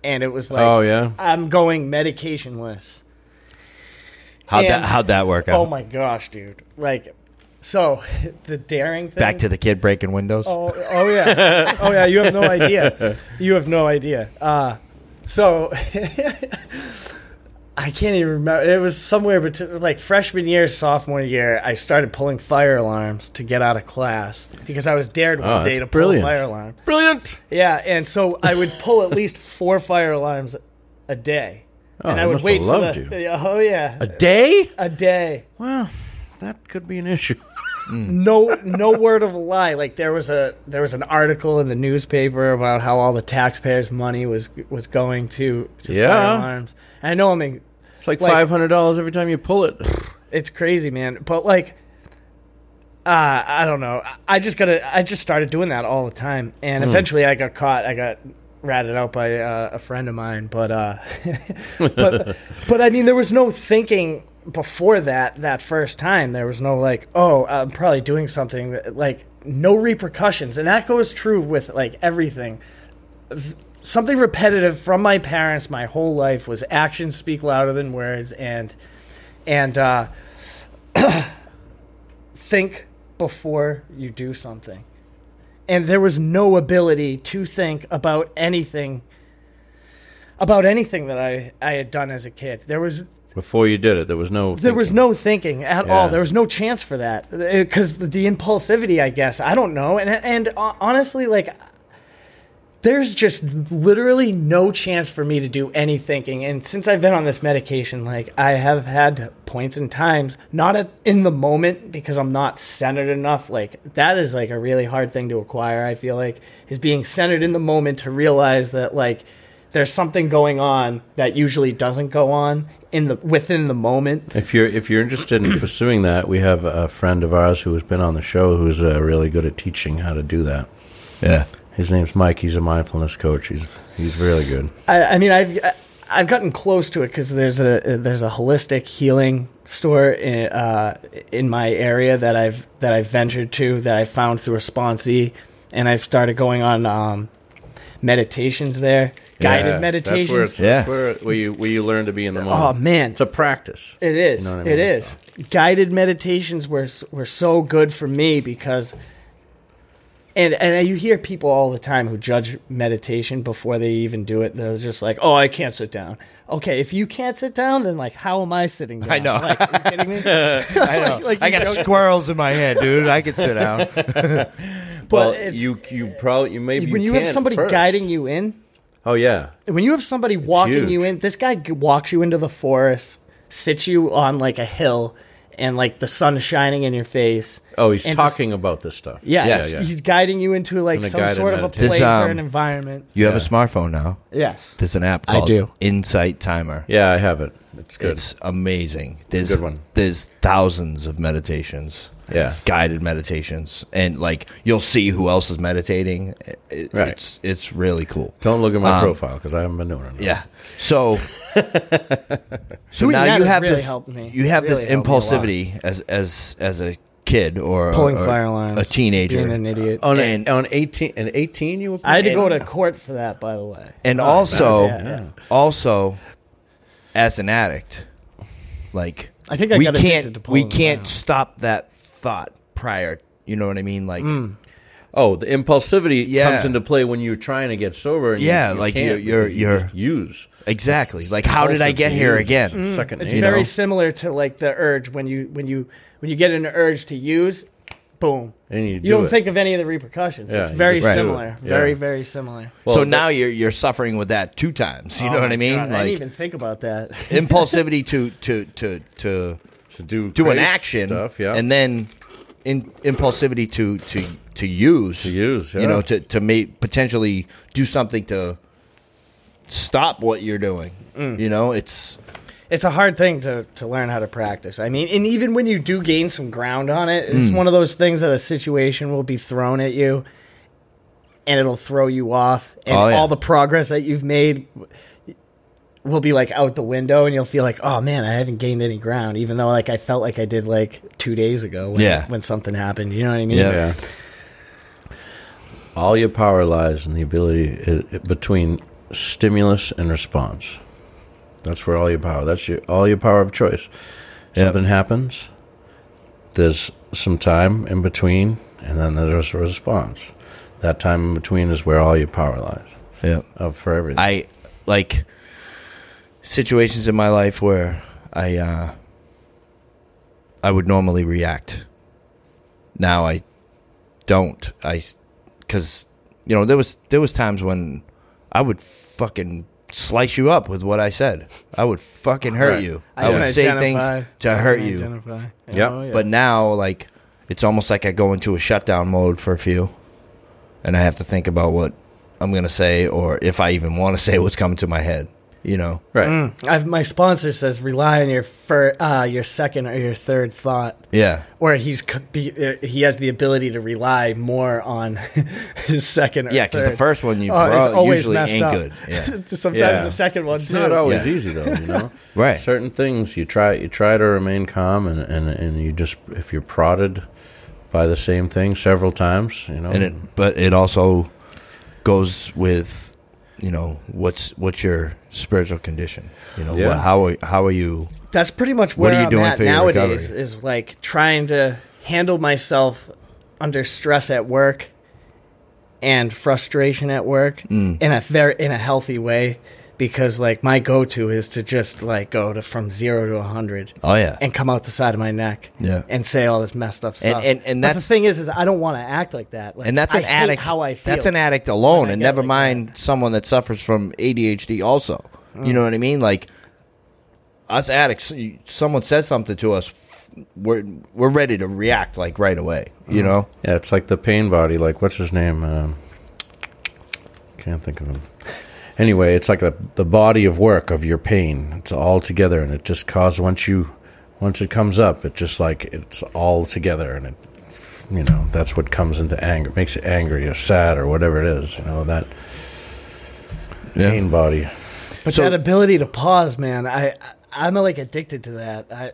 S3: and it was like,
S1: oh yeah
S3: I'm going medicationless."
S2: How'd
S3: And-
S2: that how'd that work out?
S3: Oh my gosh, dude! Like, so *laughs* the daring thing.
S2: Back to the kid breaking windows.
S3: Oh, oh
S1: *laughs*
S3: yeah. oh yeah. You have no idea. You have no idea. Uh, so *laughs* I can't even remember. It was somewhere between like freshman year, sophomore year. I started pulling fire alarms to get out of class because I was dared one
S1: Oh,
S3: day
S1: that's
S3: to
S1: brilliant.
S3: pull a fire alarm.
S1: brilliant
S3: Yeah, and so I would pull at least four fire alarms a day.
S1: Oh,
S3: and I
S1: they
S3: would
S1: must have
S3: wait
S1: loved
S3: for
S1: you.
S3: the, *laughs* Oh yeah.
S1: a day
S3: a day.
S1: well that could be an issue
S3: no no word of a lie like there was a there was an article in the newspaper about how all the taxpayers money was was going to, to
S1: Yeah.
S3: fire alarms and i know i mean
S1: it's like
S3: Like-
S1: five hundred dollars every time you pull it
S3: it's crazy man but like uh, i don't know I- i just gotta i just started doing that all the time and eventually i got caught i got ratted out by uh, a friend of mine but uh *laughs* but but i mean there was no thinking before that that first time there was no like oh i'm probably doing something that, like no repercussions and that goes true with like everything something repetitive from my parents my whole life was actions speak louder than words and and uh, think before you do something and there was no ability to think about anything about anything that I, I had done as a kid there was
S1: before you did it there was no
S3: there was no thinking at
S1: Yeah.
S3: all. There was no chance for that because the, the impulsivity, I guess, I don't know. And and uh, honestly, like, there's just literally no chance for me to do any thinking. And since I've been on this medication, like, I have had points and times, not at, in the moment because I'm not centered enough. Like, that is like a really hard thing to acquire. I feel like is being centered in the moment to realize that like. There's something going on that usually doesn't go on in the within the moment.
S1: If you're if you're interested in *coughs* pursuing that, we have a friend of ours who has been on the show who's uh, really good at teaching how to do that.
S2: yeah.
S1: His name's Mike. He's a mindfulness coach. He's he's really good.
S3: I, I mean, I've I've gotten close to it because there's a there's a holistic healing store in, uh, in my area that I've that I've ventured to that I found through a sponsee, and I've started going on um, meditations there, guided meditations.
S1: That's where, it's,
S2: Yeah.
S1: that's where, where you where you learn to be in the
S3: oh
S1: moment.
S3: man,
S1: It's a practice.
S3: it is.
S1: You know what I
S3: It
S1: mean?
S3: is. Guided meditations were were so good for me because and and you hear people all the time who judge meditation before they even do it. They're just like, "Oh, I can't sit down." Okay, if you can't sit down, then like how am I sitting down?
S2: I know.
S3: Like, are you
S1: *laughs*
S3: kidding me?
S2: *laughs* I know.
S3: *laughs* Like- like
S2: I
S3: you
S2: got
S3: don't-
S2: squirrels in my head, dude. I could sit down.
S1: Well,
S3: it's-
S1: you you probably you maybe
S3: when you
S1: can
S3: have somebody
S1: first.
S3: guiding you in,
S1: Oh yeah,
S3: when you have somebody walking
S1: huge.
S3: you in, this guy g- walks you into the forest, sits you on like a hill, and like the sun is shining in your face.
S1: Oh, he's
S3: And just-
S1: talking about this stuff.
S3: Yeah,
S1: yeah,
S3: he's,
S1: yeah.
S3: he's guiding you into like
S1: In a
S3: some
S1: guided
S3: sort of a
S1: meditation.
S3: place
S2: This,
S3: or
S2: um,
S3: an environment.
S2: You have a
S1: Yeah.
S2: smartphone now.
S3: Yes.
S2: There's an app
S3: I
S2: called
S3: do.
S2: Insight Timer.
S1: Yeah, I have it. It's good.
S2: It's amazing. There's
S1: good one.
S2: there's thousands of meditations.
S1: Yeah.
S2: Guided meditations and like you'll see who else is meditating. It-
S1: Right.
S2: It's it's really cool.
S1: Don't look at my
S2: Um,
S1: profile because I haven't been doing it.
S2: Yeah.
S3: *laughs*
S2: So So
S3: Doing
S2: now
S3: that
S2: you
S3: has
S2: have
S3: really
S2: this
S3: helped me.
S2: you have this
S3: Really helped me a lot.
S2: impulsivity as as as a kid or a-
S3: Pulling
S2: or
S3: fire alarms.
S2: a teenager.
S3: Being an idiot.
S2: Oh.
S1: On a-
S2: And-
S1: on eighteen and eighteen, you were
S3: I had to
S2: and-
S3: go to court for that, by the way.
S2: and also
S3: Oh, yeah, yeah.
S2: also as an addict like
S3: I think I
S2: we
S3: got addicted
S2: can't
S3: to
S2: we
S3: Polaroid. Mm.
S2: can't stop that thought prior you know what i mean like
S1: Oh, the impulsivity
S2: Yeah.
S1: comes into play when you're trying to get sober. And you-
S2: Yeah,
S1: you
S2: like,
S1: can't
S2: you're- you're-
S1: because you
S2: you're-
S1: just use
S2: Exactly. Like, how did I
S1: Impulsive
S2: get
S1: to
S2: here
S1: use.
S2: again?
S1: It's Second
S3: Mm. It's
S1: nature.
S3: very
S2: know?
S3: similar to like the urge when you when you when you get an urge to use, boom.
S1: And you
S3: You
S1: do
S3: don't
S1: it.
S3: think of any of the repercussions.
S1: Yeah,
S3: it's
S1: you
S3: very
S1: just do it.
S3: similar.
S1: Yeah.
S3: Very very similar.
S1: Well,
S2: so
S1: but-
S2: now you're you're suffering with that two times. You
S3: Oh
S2: know what
S3: my
S2: I mean?
S3: God, I
S2: Like
S3: didn't even think about that.
S2: impulsivity to to to to
S1: to do
S2: do an
S1: crazy
S2: action,
S1: stuff, yeah,
S2: and then in, impulsivity to to to use
S1: To use, yeah.
S2: you know, to to make potentially do something to stop what you're doing.
S1: Mm.
S2: You know, it's
S3: it's a hard thing to, to learn how to practice. I mean, and even when you do gain some ground on it, it's
S2: Hmm.
S3: one of those things that a situation will be thrown at you and it'll throw you off and
S2: Oh, yeah.
S3: all the progress that you've made will be like out the window and you'll feel like, "Oh man, I haven't gained any ground," even though like I felt like I did like 2 days ago when
S2: Yeah.
S3: when something happened, you know what I mean?
S2: Yeah.
S1: yeah. All your power lies in the ability i- between stimulus and response. That's where all your power. That's your all your power of choice.
S2: Yep.
S1: Something happens. There's some time in between, and then there's a response. That time in between is where all your power lies
S2: yeah.
S1: of for everything.
S2: I like situations in my life where I uh, I would normally react. Now I don't. I because you know there was there was times when I would fucking slice you up with what I said. I would fucking hurt
S1: Right.
S2: you.
S3: I
S2: I,
S3: can
S2: would say things
S3: identify.
S2: to
S3: I
S2: hurt
S3: can
S2: you.
S3: identify.
S1: Yep.
S3: Oh, yeah.
S2: But now like it's almost like I go into a shutdown mode for a few, and I have to think about what I'm gonna say or if I even want to say what's coming to my head. You know.
S1: right.
S3: Mm. I've, my sponsor says rely on your fir- uh, your second or your third thought.
S2: Yeah.
S3: or he's c- be, uh, he has the ability to rely more on *laughs* his second. Or
S2: Yeah, because the
S3: third.
S2: first one you
S3: Oh, it's
S2: bro-
S3: always
S2: usually
S3: messed
S2: ain't
S3: up.
S2: good.
S3: *laughs*
S2: Yeah.
S3: sometimes
S1: Yeah.
S3: the second one
S1: It's
S3: too.
S1: not always
S2: Yeah.
S1: easy though, you know.
S2: Right.
S1: Certain things you try you try to remain calm and, and, and you just if you're prodded by the same thing several times, you know.
S2: and
S3: um,
S2: it, but it also goes with, you know, what's what's your spiritual condition? You know,
S1: Yeah.
S2: what, how are, how are you?
S3: That's pretty much
S2: What
S3: where
S2: are you
S3: I'm
S2: doing
S3: at
S2: for your
S3: nowadays.
S2: recovery?
S3: Is like trying to handle myself under stress at work and frustration at work
S2: Mm.
S3: in a very in a healthy way. Because like my go-to is to just like go to from zero to a hundred
S2: Oh yeah,
S3: and come out the side of my neck
S2: Yeah.
S3: and say all this messed up stuff.
S2: and- and
S3: But
S2: that's-
S3: the thing is, is I don't want to act like that. Like,
S2: and that's an
S3: I hate
S2: addict.
S3: How I feel.
S2: That's an
S3: addict.
S2: addict alone,
S3: When I
S2: and
S3: get
S2: never
S3: like
S2: mind someone that suffers from ADHD. Also, you
S3: Mm.
S2: know what I mean? Like us addicts, you- someone says something to us, f- we're we're ready to react like right away.
S3: Mm.
S2: You know?
S1: yeah, it's like the pain body, like what's his name? Um, can't think of him. Anyway, it's like the the body of work of your pain. It's all together and it just causes once you once it comes up, it just like it's all together and it you know, that's what comes into anger makes it angry or sad or whatever it is, you know, that pain body.
S3: But
S2: So-
S3: that ability to pause, man, I, I I'm like addicted to that. I,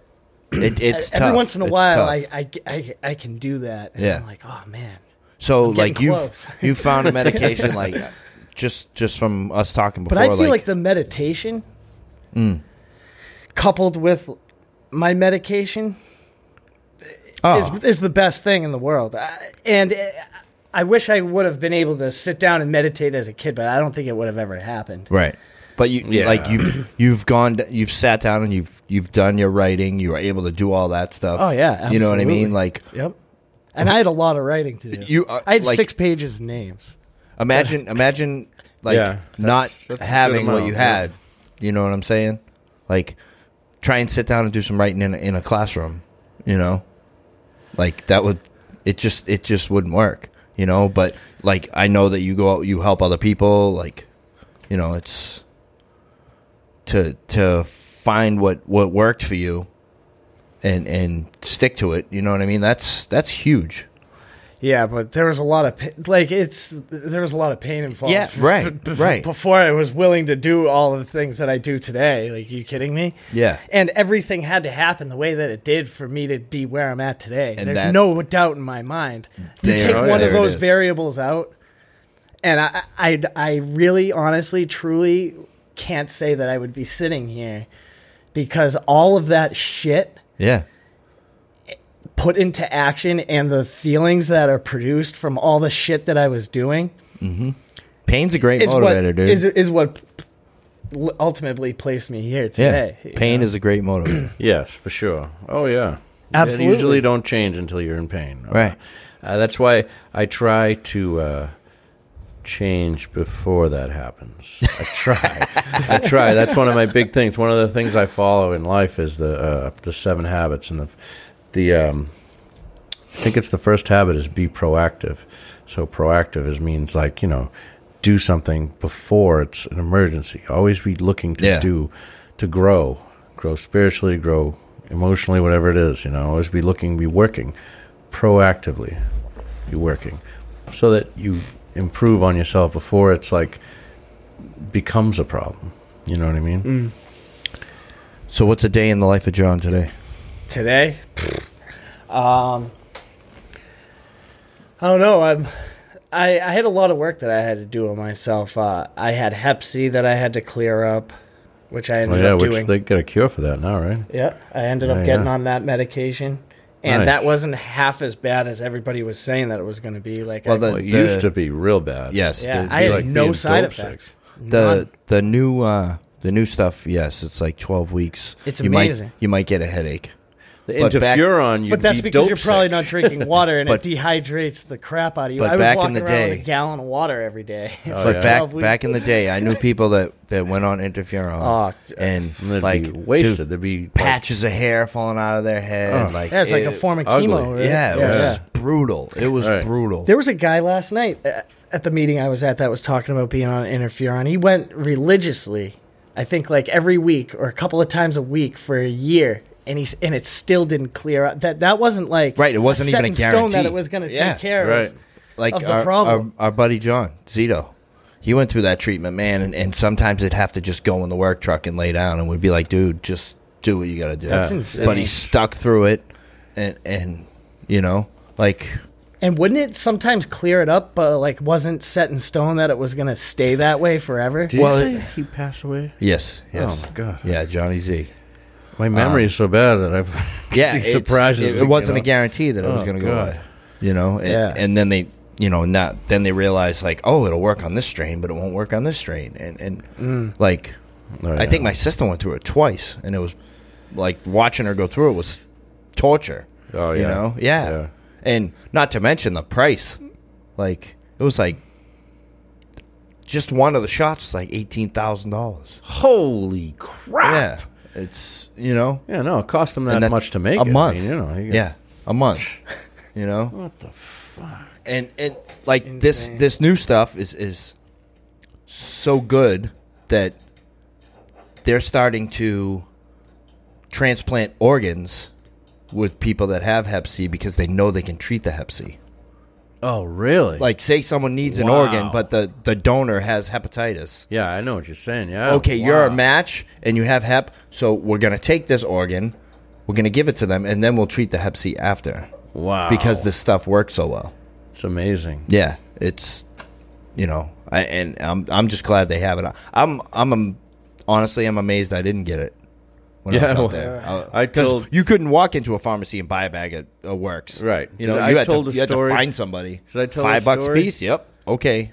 S2: It, it's
S3: every
S2: tough.
S3: once in a
S2: It's
S3: while,
S2: tough.
S3: I, I, I I can do that. And
S2: Yeah.
S3: I'm like, oh man,
S2: So
S3: I'm getting
S2: like you
S3: close.
S2: you found
S3: *laughs*
S2: a medication like just just from us talking before
S3: But I feel like, the meditation,
S2: Mm.
S3: coupled with my medication,
S2: oh,
S3: is is the best thing in the world. I, and uh, I wish I would have been able to sit down and meditate as a kid, but I don't think it would have ever happened.
S2: right. But you
S1: Yeah.
S2: like you you've gone d- you've sat down and you've you've done your writing, you were able to do all that stuff.
S3: Oh, yeah,
S2: You know what I
S3: absolutely.
S2: mean? Like
S3: Yep. And I had a lot of writing to do.
S2: You are-
S3: I had
S2: like-
S3: six pages of names.
S2: imagine
S1: *laughs*
S2: imagine like
S1: Yeah,
S2: not
S1: that's- that's a good
S2: having what
S1: amount,
S2: you
S1: yeah.
S2: had. You know what I'm saying? Like try and sit down and do some writing in a, in a classroom, you know? Like that would it just it just wouldn't work, you know, but like I know that you go out you help other people like you know, it's to to find what what worked for you and and stick to it, you know what I mean? That's that's huge.
S3: Yeah, but there was a lot of pa- like it's there was a lot of pain involved. *laughs*
S2: Yeah, right,
S3: b-
S2: right.
S3: Before I was willing to do all of the things that I do today, like you kidding me?
S2: Yeah.
S3: And everything had to happen the way that it did for me to be where I'm at today.
S2: And
S3: There's
S2: that-
S3: no doubt in my mind. You
S2: There-
S3: take
S2: oh, yeah.
S3: one
S2: there
S3: of
S2: it
S3: those
S2: is.
S3: variables out, and I, I, I really, honestly, truly can't say that I would be sitting here because all of that shit
S2: Yeah.
S3: put into action and the feelings that are produced from all the shit that I was doing
S2: Pain's a great
S3: is
S2: motivator,
S3: what
S2: dude.
S3: is is what l- ultimately placed me here
S2: yeah,
S3: today. you
S2: pain
S3: know?
S2: is a great
S3: *clears throat*
S2: motivator.
S1: Yes, for sure. Oh yeah.
S3: Absolutely.
S1: They usually don't change until you're in pain.
S2: Right.
S1: Uh, that's why I try to uh, change before that happens. I try. I try. That's one of my big things. One of the things I follow in life is the uh, the seven habits and the the um, I think it's the first habit is be proactive. So proactive is means like you know do something before it's an emergency. Always be looking to
S2: Yeah.
S1: do to grow, grow spiritually, grow emotionally, whatever it is. You know, always be looking, be working proactively, be working so that you improve on yourself before it's like becomes a problem. You know what I mean?
S3: Mm-hmm.
S2: so, what's a day in the life of John today?
S3: today. Um, I don't know. I'm. I, I had a lot of work that I had to do on myself. Uh, I had Hep C that I had to clear up, which I
S1: Well,
S3: ended
S1: Oh, yeah,
S3: up
S1: which
S3: doing.
S1: they got a cure for that now,
S2: Uh,
S1: right?
S3: Yeah, I ended
S1: Yeah,
S3: up getting
S1: yeah.
S3: on that medication, and
S1: Nice.
S3: that wasn't half as bad as everybody was saying that it was going to be. Like,
S2: Well,
S3: I,
S2: the-
S1: Well, it used to be real bad.
S2: Yes,
S3: yeah,
S2: the,
S3: I had
S2: like
S3: no
S1: being
S3: side
S1: dope
S3: effects.
S1: sick.
S2: the
S3: None.
S2: the new uh, the new stuff. Yes, it's like twelve weeks.
S3: It's
S2: you might-
S3: amazing.
S2: you might get a headache.
S1: The
S2: But back-
S1: interferon, you
S3: but that's
S1: be
S3: because
S1: dope
S3: you're probably
S1: sick.
S3: not drinking water,
S2: *laughs*
S3: and
S2: But-
S3: it dehydrates the crap out of you.
S2: but
S3: I was
S2: back in
S3: walking
S2: the
S3: around with
S2: day-
S3: a gallon of water every day.
S1: Oh,
S2: *laughs* but
S1: yeah.
S2: back
S3: 12 weeks.
S2: back in the day,
S3: *laughs*
S2: I knew people that, that went on interferon
S3: Oh, t-
S2: and
S1: And they'd
S2: like
S1: be
S2: dude,
S1: wasted. they'd be like,
S2: patches of hair falling out of their head.
S1: Oh.
S2: Like
S3: yeah, it's like a
S2: it-
S3: form of
S1: ugly.
S3: chemo. right?
S2: Yeah, it
S1: Yeah.
S2: was brutal. It was
S1: Right.
S2: brutal.
S3: There was a guy last night uh, at the meeting I was at that was talking about being on interferon. He went religiously, I think like every week or a couple of times a week for a year, and he's and it still didn't clear up. That that wasn't like
S2: Right, it wasn't
S3: set
S2: even a
S3: in stone that
S2: guarantee.
S3: it was going to
S2: Yeah,
S3: take care
S1: right.
S3: of.
S2: like
S3: of the
S2: our,
S3: problem.
S2: Our, our buddy John Zito. He went through that treatment, man, and, and sometimes it'd have to just go in the work truck and lay down, and would be like, "Dude, just do what you got to do."
S1: That's
S3: insane.
S2: But he stuck through it, and and you know, like
S3: And wouldn't it sometimes clear it up, but like wasn't set in stone that it was going to stay that way forever?
S1: Did
S2: Well,
S1: you
S2: it-
S1: say he passed away? Ah.
S2: yes, yes,
S1: Oh my god.
S2: yeah,
S1: *laughs*
S2: Johnny Z.
S1: My memory is so bad that *laughs* I've
S2: Yeah,
S1: these
S2: it's-
S1: surprises.
S2: It,
S1: you
S2: it wasn't
S1: know.
S2: a guarantee that it was
S1: Oh,
S2: going to go
S1: God.
S2: away, you know. And,
S3: Yeah.
S2: and then they, you know, not then they realized like, oh, it'll work on this strain, but it won't work on this strain, and and
S1: Mm.
S2: like
S1: Oh,
S2: I
S1: yeah.
S2: think my sister went through it twice, and it was like watching her go through it was torture.
S1: Oh,
S2: You
S1: yeah.
S2: know, yeah.
S1: Yeah.
S2: and not to mention the price. Like it was like just one of the shots was like eighteen thousand dollars.
S1: holy crap.
S2: Yeah, it's you know
S1: Yeah, no, it cost them
S2: and
S1: that
S2: that's
S1: much to make
S2: a
S1: it. I
S2: month.
S1: mean, you know, you got-
S2: yeah, a
S1: *laughs*
S2: month. You know,
S1: What the fuck?
S2: and and like this
S3: Insane.
S2: this new stuff is is so good that they're starting to transplant organs with people that have hep C because they know they can treat the hep C.
S1: Oh, really?
S2: Like say someone needs an
S1: Wow.
S2: organ but the the donor has hepatitis.
S1: yeah, I know what you're saying. Yeah.
S2: Okay, you're a
S1: Wow.
S2: match and you have hep, so we're going to take this organ, we're going to give it to them and then we'll treat the hep C after
S1: Wow.
S2: because this stuff works so well.
S1: it's amazing.
S2: Yeah, it's you know, I, and I'm I'm just glad they have it. I'm I'm am- honestly I'm amazed I didn't get it when I
S1: Yeah,
S2: was
S1: *laughs*
S2: out
S1: well,
S2: there. Uh,
S1: I
S2: 'cause
S1: told-
S2: you couldn't walk into a pharmacy and buy a bag of, of works,
S1: Right.
S2: You
S1: Did
S2: know,
S1: I
S2: you, had,
S1: told
S2: to,
S1: a
S2: you had to
S1: story?
S2: find somebody.
S1: Did I tell
S2: five
S1: a
S2: bucks a
S1: story?
S2: piece? Yep. Okay.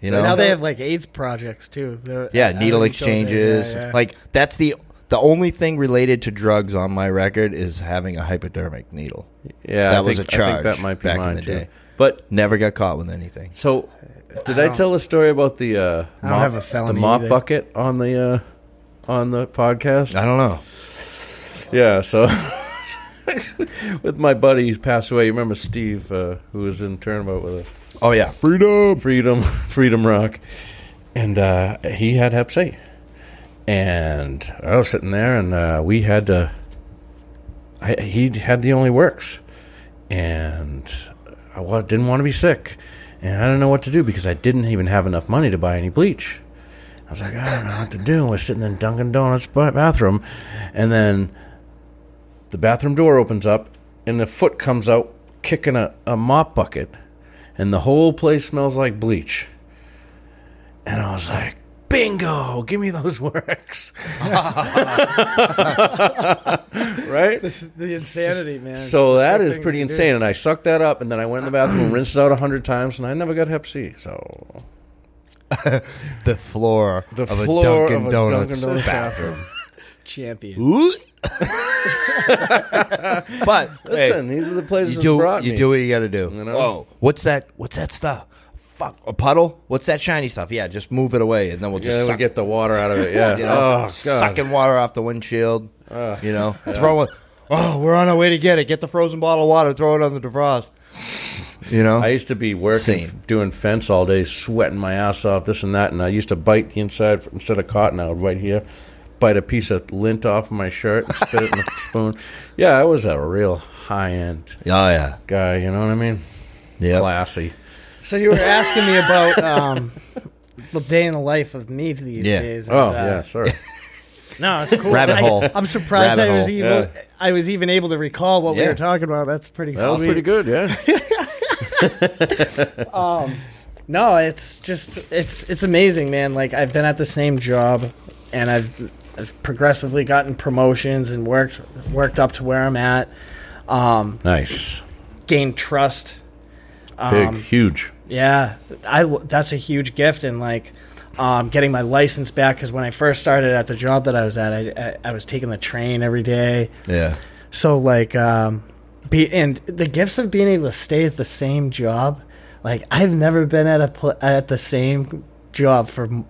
S2: You
S3: But
S2: know,
S3: now they have like AIDS projects too. They're- I-
S2: yeah,
S3: I
S2: needle
S3: already showed it. Yeah,
S2: exchanges.
S3: yeah.
S2: Like that's the the only thing related to drugs on my record is having a hypodermic needle.
S1: Yeah,
S2: That
S1: I
S2: was
S1: think,
S2: a
S1: I think that
S2: charge
S1: might be
S2: back in
S1: mine
S2: the
S1: too.
S2: day.
S1: But
S2: Never got caught with anything.
S1: so, did I,
S3: don't-
S1: tell a story about the uh, mop,
S3: don't have a felony
S1: the mop
S3: either.
S1: bucket on the uh, on the podcast?
S2: I don't know.
S1: Yeah, so *laughs* with my buddy, he's passed away. You remember Steve, uh, who was in Turnabout with us?
S2: Oh yeah, freedom.
S1: Freedom, *laughs* Freedom Rock, and uh, he had Hep C, and I was sitting there, and uh, we had to. I, he had the only works, and I wa- didn't want to be sick, and I didn't know what to do because I didn't even have enough money to buy any bleach. I was like, I don't know what to do. We're sitting in Dunkin' Donuts ba- bathroom, and then the bathroom door opens up, and the foot comes out kicking a, a mop bucket, and the whole place smells like bleach. And I was like, bingo, give me those *laughs* works. right?
S3: *laughs* This is the insanity, man.
S1: So
S3: There's
S1: that
S3: some
S1: is
S3: things
S1: pretty
S3: you do.
S1: insane. And I sucked that up, and then I went in the bathroom, rinsed it out a hundred times, and I never got Hep C. So
S2: The floor
S1: the
S2: of
S1: floor
S2: a Dunkin'
S1: of a
S2: Donuts,
S1: Dunkin' Donuts
S2: bathroom.
S1: bathroom.
S3: Champion.
S2: Ooh. *laughs* but hey,
S1: Listen, these are the places
S2: you
S1: that
S2: do
S1: brought
S2: you
S1: me.
S2: do what you got to do.
S1: You know?
S2: Oh, what's that? What's that stuff? Fuck a puddle. What's that shiny stuff? Yeah, just move it away, and then we'll
S1: Yeah,
S2: just
S1: then we
S2: suck,
S1: get the water out of it. Yeah.
S2: *laughs* you know,
S1: oh god.
S2: sucking water off the windshield. you know, throwing. Oh, we're on our way to get it. Get the frozen bottle of water. Throw it on the defrost. You know,
S1: I used to be working,
S2: Same.
S1: doing fence all day, sweating my ass off, this and that, and I used to bite the inside instead of cotton. I would right here, bite a piece of lint off my shirt and spit it in a
S2: *laughs*
S1: spoon. Yeah, I was a real high end
S2: oh yeah,
S1: guy. You know what I mean?
S2: yeah.
S1: Classy.
S3: So you were asking me about um, the day in the life of me these
S2: Yeah.
S3: days.
S1: Oh
S3: and, uh,
S1: yeah,
S2: *laughs*
S1: sorry.
S3: No, it's cool.
S2: Rabbit
S3: I,
S2: hole.
S3: I'm surprised
S2: Rabbit
S3: I was
S2: hole.
S3: even
S1: Yeah.
S3: I was even able to recall what we
S2: Yeah.
S3: were talking about. That's pretty.
S1: That was
S3: sweet.
S1: pretty good. Yeah.
S2: *laughs*
S3: No, it's just it's it's amazing, man. Like I've been at the same job, and I've I've progressively gotten promotions and worked worked up to where I'm at. Um,
S1: nice.
S3: gained trust.
S1: Big.
S3: Um,
S2: *laughs*
S1: huge.
S3: Yeah, I that's a huge gift, and like um, getting my license back because when I first started at the job that I was at, I, I, I was taking the train every day.
S2: Yeah.
S3: So like, um, be and the gifts of being able to stay at the same job. Like I've never been at a pl- at the same job for m-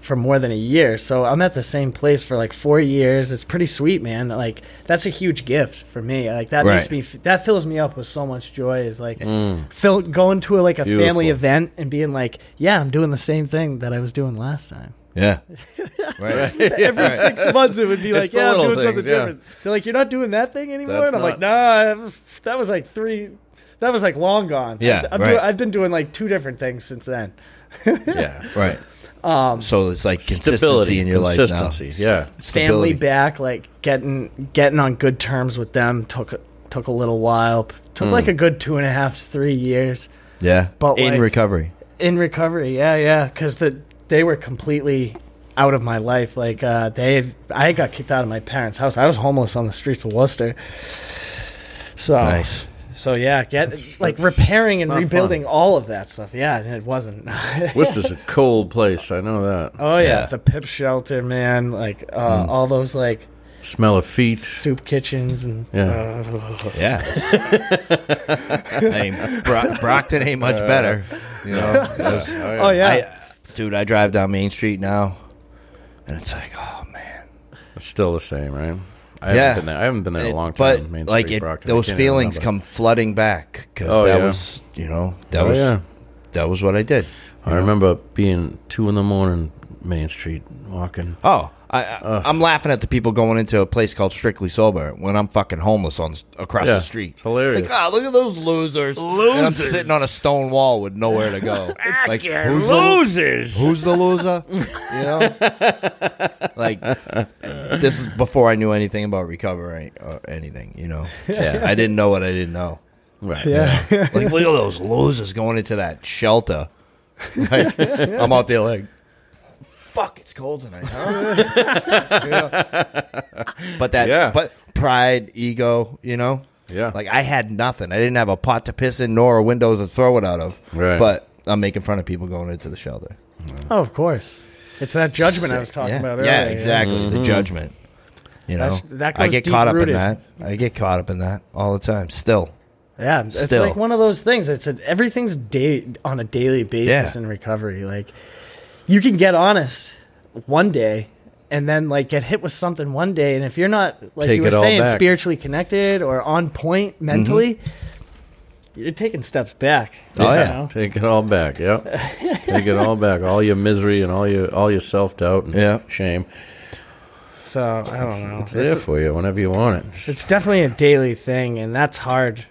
S3: for more than a year. So I'm at the same place for like four years. It's pretty sweet, man. Like that's a huge gift for me. Like that
S2: Right.
S3: makes me f- that fills me up with so much joy. Is like fill, going to a, like a
S1: Beautiful.
S3: family event and being like, yeah, I'm doing the same thing that I was doing last time.
S2: Yeah. *laughs* Right.
S3: *laughs*
S2: *laughs*
S3: Every six months, it would be
S1: It's
S3: like,
S1: the
S3: "Yeah, I'm
S1: little
S3: doing
S1: things,
S3: something
S1: yeah.
S3: different." They're like, "You're not doing that thing anymore,"
S1: That's
S3: and I'm like, "Nah, I've- that was like three, that was like long gone."
S2: Yeah,
S3: I'm
S2: right.
S3: doing, I've been doing like two different things since then.
S1: Yeah.
S2: Right. Um, so it's like consistency
S1: Stability
S2: in your life now.
S1: consistency. Yeah.
S2: Stability.
S3: Family back, like getting getting on good terms with them took took a little while. Took
S1: Hmm.
S3: like a good two and a half, three years
S2: Yeah.
S3: But,
S2: in
S3: like-
S2: recovery.
S3: in recovery. Yeah, yeah, because the they were completely out of my life. Like uh, they, I got kicked out of my parents' house. I was homeless on the streets of Worcester. So.
S2: Nice.
S3: So yeah, get like
S1: that's-
S3: repairing
S1: it's
S3: and
S1: not
S3: rebuilding all of that stuff. Yeah, and it wasn't. *laughs* oh
S1: Worcester's a cold place. I know that.
S3: yeah.
S2: Yeah.
S3: the pip shelter, man. Like uh, all those like
S1: Smell of feet. *laughs*
S3: soup kitchens and
S1: Yeah.
S3: uh,
S2: Yeah. I mean, Bro- Brockton ain't much better.
S1: Um,
S2: You know. *laughs* Those-
S3: oh yeah, *laughs*
S2: I, dude, I drive down Main Street now, and it's like, oh man.
S1: It's still the same, right? I
S2: Yeah.
S1: haven't been there. I haven't been there in a long
S2: but
S1: time. Main
S2: like
S1: Street,
S2: it,
S1: Brockton. I
S2: those
S1: can't
S2: feelings
S1: remember.
S2: come flooding back because
S1: Oh,
S2: that
S1: yeah.
S2: was, you know, that
S1: Oh,
S2: was
S1: yeah.
S2: that was what I did.
S1: I remember being two in the morning, Main Street, walking.
S2: Oh, I, I I'm laughing at the people going into a place called Strictly Sober when I'm fucking homeless on s- across
S1: Yeah,
S2: the street.
S1: it's hilarious.
S2: Like, ah, look at those losers. And I'm
S1: Losers.
S2: sitting on a stone wall with nowhere
S1: *laughs*
S2: to go. It's like who's the lo-
S1: losers.
S2: Who's the loser? You know,
S1: *laughs*
S2: like this is before I knew anything about recovery or anything. You know, I didn't know what I didn't know.
S1: right.
S3: yeah.
S2: Like, look at those losers going into that shelter. *laughs* Like, I'm out there like, fuck, it's cold tonight, huh? *laughs* You know? But that,
S1: Yeah.
S2: but pride, ego, you know,
S1: Yeah.
S2: like I had nothing. I didn't have a pot to piss in nor a window to throw it out of.
S1: Right.
S2: But I'm making fun of people going into the shelter.
S3: Oh, of course, it's that judgment I was
S2: Sick.
S3: talking
S2: yeah.
S3: about.
S2: Yeah,
S3: earlier.
S2: exactly. The judgment. You know,
S3: That's- that
S2: I
S3: goes
S2: get caught
S3: deep-rooted.
S2: up in that. I get caught up in that all the time. Still,
S3: Yeah, it's
S2: Still.
S3: like one of those things. It's a, everything's day on a daily basis
S2: Yeah.
S3: in recovery. Like you can get honest one day, and then like get hit with something one day, and if you're not like
S1: Take
S3: you were
S1: it all
S3: saying
S1: back. Mm-hmm.
S3: spiritually connected or on point mentally, you're taking steps back.
S2: Oh,
S3: you
S2: yeah.
S3: know?
S1: Take it all back.
S2: *laughs*
S1: Yep. Take it all back. All your misery and all your all your self doubt and
S2: Yeah. Oh,
S1: shame.
S3: So I don't know.
S1: It's there for you whenever you want it.
S3: It's definitely a daily thing, and that's hard.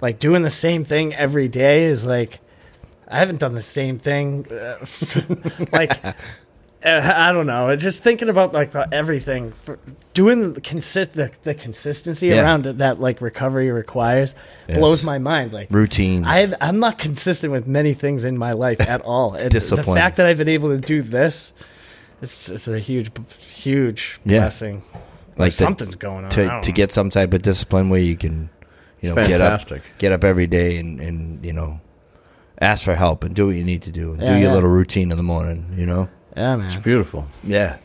S3: Like doing the same thing every day is like I haven't done the same thing. uh, *laughs* like uh, I don't know. It's Just thinking about like the, everything, for, doing the consist the, the consistency
S2: Yeah.
S3: around it that like recovery requires blows
S2: Yes.
S3: my mind. Like
S2: routines.
S3: I I'm not consistent with many things in my life at all. And
S2: Discipline.
S3: The fact that I've been able to do this It's it's a huge huge
S2: Yeah.
S3: blessing.
S2: Like the-
S3: something's going on I
S2: to
S3: don't
S2: to
S3: know.
S2: get some type of discipline where you can,
S1: It's
S2: you know, get up
S1: fantastic.
S2: get up every day and and you know, ask for help and do what you need to do and do
S3: Yeah,
S2: your
S3: yeah.
S2: little routine in the morning. You know.
S3: Yeah, man.
S1: It's
S2: *laughs*
S1: beautiful.
S2: Yeah,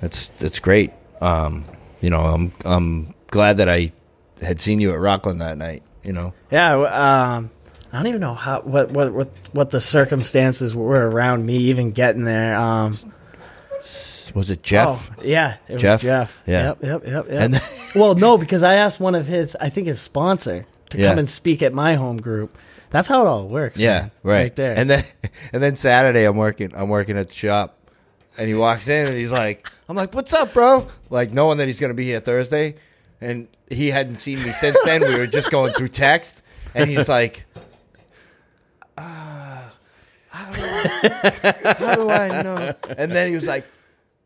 S2: that's that's great. Um, you know, I'm I'm glad that I had seen you at Rockland that night. You know,
S3: Yeah, w- um, I don't even know how what what what what the circumstances were around me even getting there. Um,
S2: S- was it Jeff?
S3: oh, yeah, it
S2: Jeff?
S3: was Jeff.
S2: Yeah.
S3: Yep, yep, yep, yep.
S2: And
S3: well, no, because I asked one of his, I think his sponsor, to
S2: Yeah.
S3: come and speak at my home group. That's how it all works.
S2: yeah,
S3: man.
S2: right.
S3: right there.
S2: And then *laughs* and then Saturday, I'm working. I'm working at the shop, and he walks in and he's like, "I'm like, what's up, bro?" Like knowing that he's gonna be here Thursday, and he hadn't seen me since then. we were just going through text, and he's like. Uh, how, do I, how do I know? And then he was like,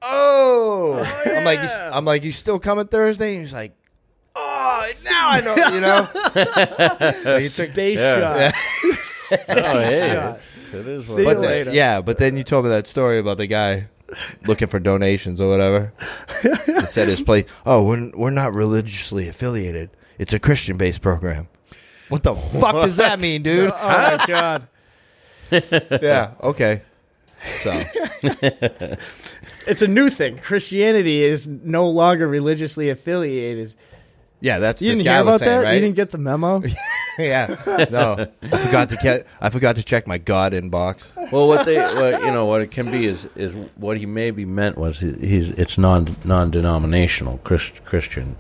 S2: "Oh, I'm like, you, s- I'm like, you still coming Thursday?" And he's like, "Oh, now I know." You know, Like, he took-
S3: space
S1: Yeah.
S3: shot.
S2: Yeah.
S1: Oh, hey,
S3: Yeah.
S1: it's, it is
S3: See
S1: what it
S3: you
S2: but
S1: is.
S2: the-
S3: later.
S2: yeah, but then you told me that story about the guy looking for donations or whatever. it said his place. Oh, we're we're not religiously affiliated. It's a Christian based program. What the fuck does that mean, dude?
S3: Oh my god,
S2: *laughs* yeah. Okay. So
S3: it's a new thing. Christianity is no longer religiously affiliated.
S2: yeah, that's
S3: You
S2: this
S3: didn't
S2: guy
S3: hear about
S2: was saying,
S3: that?
S2: right?
S3: You didn't get
S2: *laughs*
S3: the memo? *laughs*
S2: yeah. No, I forgot to get. I forgot to check my God inbox.
S1: well, what they, what, you know, what it can be is is what he maybe meant was he, he's it's non non denominational Christ, Christian,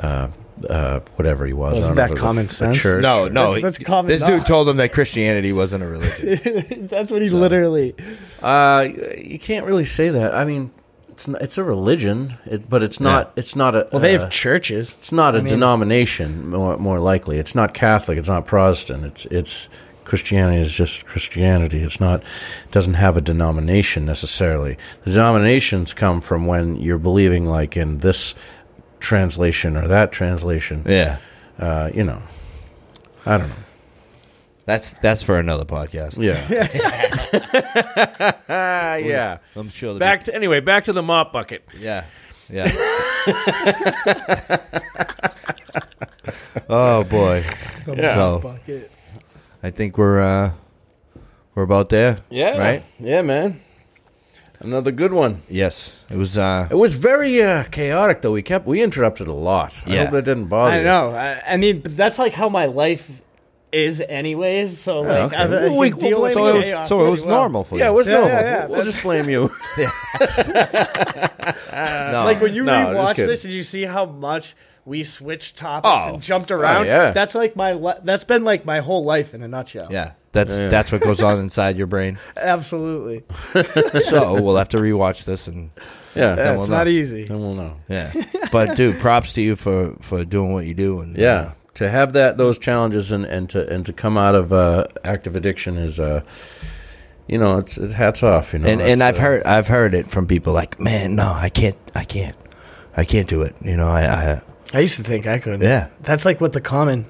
S1: uh, uh, whatever he was. I
S3: Wasn't
S1: don't know
S3: that
S1: if it was a-
S3: common
S1: a
S3: sense?
S1: church
S2: No, no.
S3: That's- that's
S2: he-
S3: common
S2: this
S3: knowledge.
S2: dude told him that Christianity wasn't a
S3: *laughs*
S2: religion.
S3: That's what he literally.
S1: Uh, you can't really say that. I mean, it's n it's a religion, it, but it's not it's not a
S3: Well, they
S1: uh,
S3: have churches.
S1: it's not a
S3: mean-
S1: denomination. More more likely, it's not Catholic. It's not Protestant. It's it's Christianity is just Christianity. It's not it doesn't have a denomination necessarily. The denominations come from when you're believing like in this translation or that translation.
S2: yeah.
S1: Uh, you know, I don't know.
S2: That's that's for another podcast.
S1: Yeah, *laughs* yeah.
S2: I'm sure. there'll be-
S1: Back to anyway. Back to the mop bucket.
S2: Yeah. *laughs* Yeah. oh boy.
S1: Yeah.
S2: So
S3: Bucket.
S2: I think we're uh we're about there.
S1: Yeah.
S2: Right?
S1: Yeah, man. Another good one.
S2: Yes. It was uh
S1: It was very uh, chaotic though. We kept we interrupted a lot. I
S2: Yeah.
S1: hope that didn't bother
S3: I
S1: you.
S3: know. I, I mean, but that's like how my life is, anyways. So
S1: Yeah,
S3: like,
S1: okay.
S3: I, I
S1: Well, we-
S3: can
S1: we'll
S3: deal with
S1: blame
S2: so
S1: you.
S2: it
S3: the
S2: was,
S3: chaos
S2: so it
S3: really
S2: was
S3: well.
S2: normal for you.
S1: Yeah, it was
S3: Yeah,
S1: normal.
S3: yeah, yeah.
S1: We'll- We'll just blame you.
S2: No.
S3: Like
S2: *laughs*
S3: when you
S1: No, just
S3: rewatch
S1: kidding.
S3: this and you see how much we switched topics
S2: Oh,
S3: and jumped around.
S1: yeah.
S3: That's like my. Li- that's been like my whole life in a nutshell.
S2: yeah. That's
S1: Yeah.
S2: that's what goes on inside
S1: *laughs*
S2: your brain.
S3: Absolutely.
S2: So we'll have to rewatch this and
S1: *laughs* yeah, then
S3: Yeah,
S1: we'll,
S3: it's
S2: know.
S3: not easy.
S1: then we'll know.
S2: yeah. But dude, props to you for for doing what you do and uh,
S1: Yeah, to have that those challenges and, and to and to come out of uh, active addiction is, uh, you know, it's, it's hats off. You know,
S2: and
S1: It's,
S2: and I've
S1: uh,
S2: heard I've heard it from people like, man, no, I can't, I can't, I can't do it. You know, I, I
S3: I used to think I could.
S2: Yeah.
S3: That's like what the common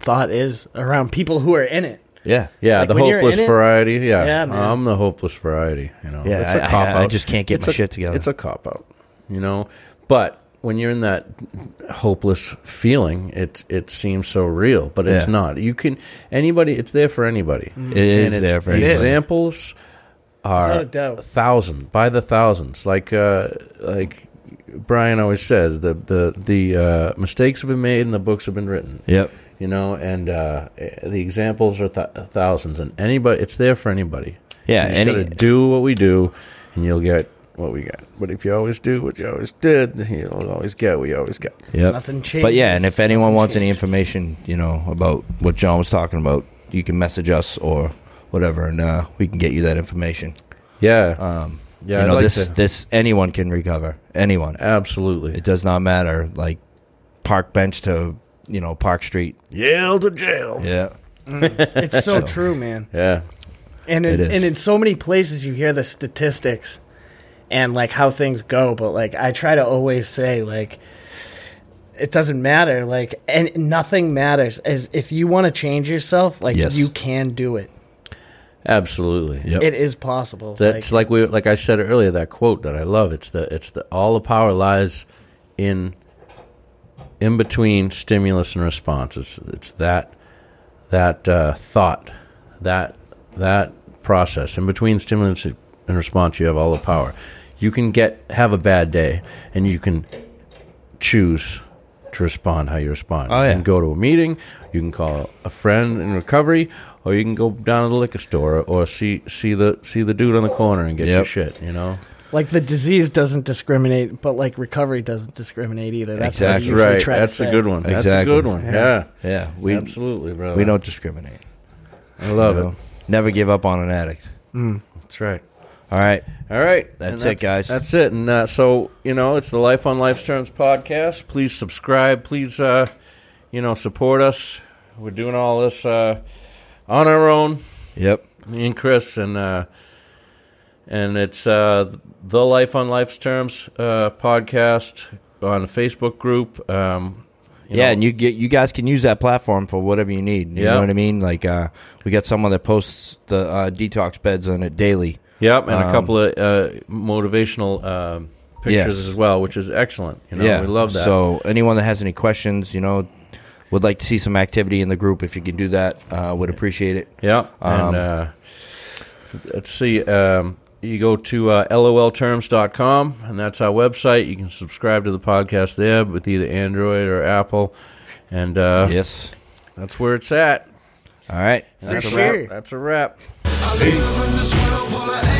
S3: thought is around people who are in it.
S2: yeah,
S1: Yeah,
S3: like
S1: the
S3: when you're in
S1: hopeless
S3: it-
S1: variety. Yeah,
S3: Yeah, man.
S1: I'm the hopeless variety. You know,
S2: Yeah, I- I- I just can't get
S1: It's
S2: my
S1: a-
S2: shit together.
S1: It's a cop out. You know, but when you're in that hopeless feeling, it it seems so real, but it's
S2: Yeah. Mm.
S1: not. You can anybody. It's there for anybody.
S3: Hmm.
S2: It is
S1: it's-
S2: there for
S1: the
S2: anybody.
S1: examples
S3: Without
S1: are
S3: a doubt.
S1: thousand by the thousands. Like uh, like Brian always says, the the the uh, mistakes have been made and the books have been written
S2: Yep.
S1: you know and uh, the examples are th- thousands and anybody it's there for anybody
S2: Yeah,
S1: you just
S2: any-
S1: gotta do what we do and you'll get what we got but if you always do what you always did you'll always get what you always got
S2: Yep.
S3: Nothing changes.
S2: But yeah, and if anyone wants any information, you know, about what John was talking about, you can message us or whatever, and uh, we can get you that information.
S1: yeah
S2: Um,
S1: Uh, yeah
S2: you
S1: I'd
S2: know,
S1: like
S2: this
S1: to-
S2: this anyone can recover. Anyone.
S1: absolutely
S2: It does not matter. Like park bench to you know Park Street.
S1: yell to jail yeah,
S2: Yeah.
S3: it's so true, man. And
S2: It
S3: in,
S2: is.
S3: and in so many places you hear the statistics and like how things go, but like I try to always say like it doesn't matter like and nothing matters as if you want to change yourself like
S2: Yes.
S3: you can do it.
S1: Absolutely.
S4: Yep.
S3: It is possible.
S1: That's like, we like I said earlier that quote that I love. It's the it's the all the power lies in in between stimulus and response. It's it's that that uh, thought that that process in between stimulus and response. You have all the power. You can get have a bad day, and you can choose to respond how you respond.
S2: Oh, yeah.
S1: You can go to a meeting. You can call a friend in recovery, or you can go down to the liquor store or see see the see the dude on the corner and get your
S2: Yep.
S1: shit. You know.
S3: like the disease doesn't discriminate, but like recovery doesn't discriminate either. That's what
S2: Exactly.
S3: I
S1: That's
S3: usually
S1: right.
S3: try to
S1: That's a
S3: say.
S1: good one. That's a
S2: Exactly.
S1: good one. Yeah.
S2: Yeah, we
S1: Absolutely, brother.
S2: we don't discriminate.
S1: I love
S2: you
S1: it.
S2: know? Never give up on an addict.
S1: That's right.
S2: All right.
S1: All right.
S2: That's
S1: And
S2: it, guys.
S1: That's it. And uh, so, you know, it's the Life on Life's Terms podcast. Please subscribe. Please, uh, you know, support us. We're doing all this uh, on our own,
S2: Yep.
S1: me and Chris. And uh, and it's uh, the Life on Life's Terms uh, podcast on the Facebook group. Um, you
S2: yeah,
S1: know,
S2: and you get you guys can use that platform for whatever you need. You
S1: Yeah.
S2: know what I mean? Like uh, we got someone that posts the uh, detox beds on it daily.
S1: Yep, and a
S2: Um,
S1: couple of uh, motivational um pictures
S2: Yes.
S1: as well, which is excellent. You know,
S2: yeah,
S1: we love that.
S2: So anyone that has any questions, you know, would like to see some activity in the group, if you can do that, uh, would appreciate it.
S1: yeah,
S2: um,
S1: and uh, let's see. Um, you go to uh, lolterms.com, and that's our website. You can subscribe to the podcast there with either Android or Apple, and uh,
S2: Yes.
S1: that's where it's at.
S2: All right.
S1: That's a
S3: sure.
S1: wrap. That's a wrap.
S5: I live in this world full of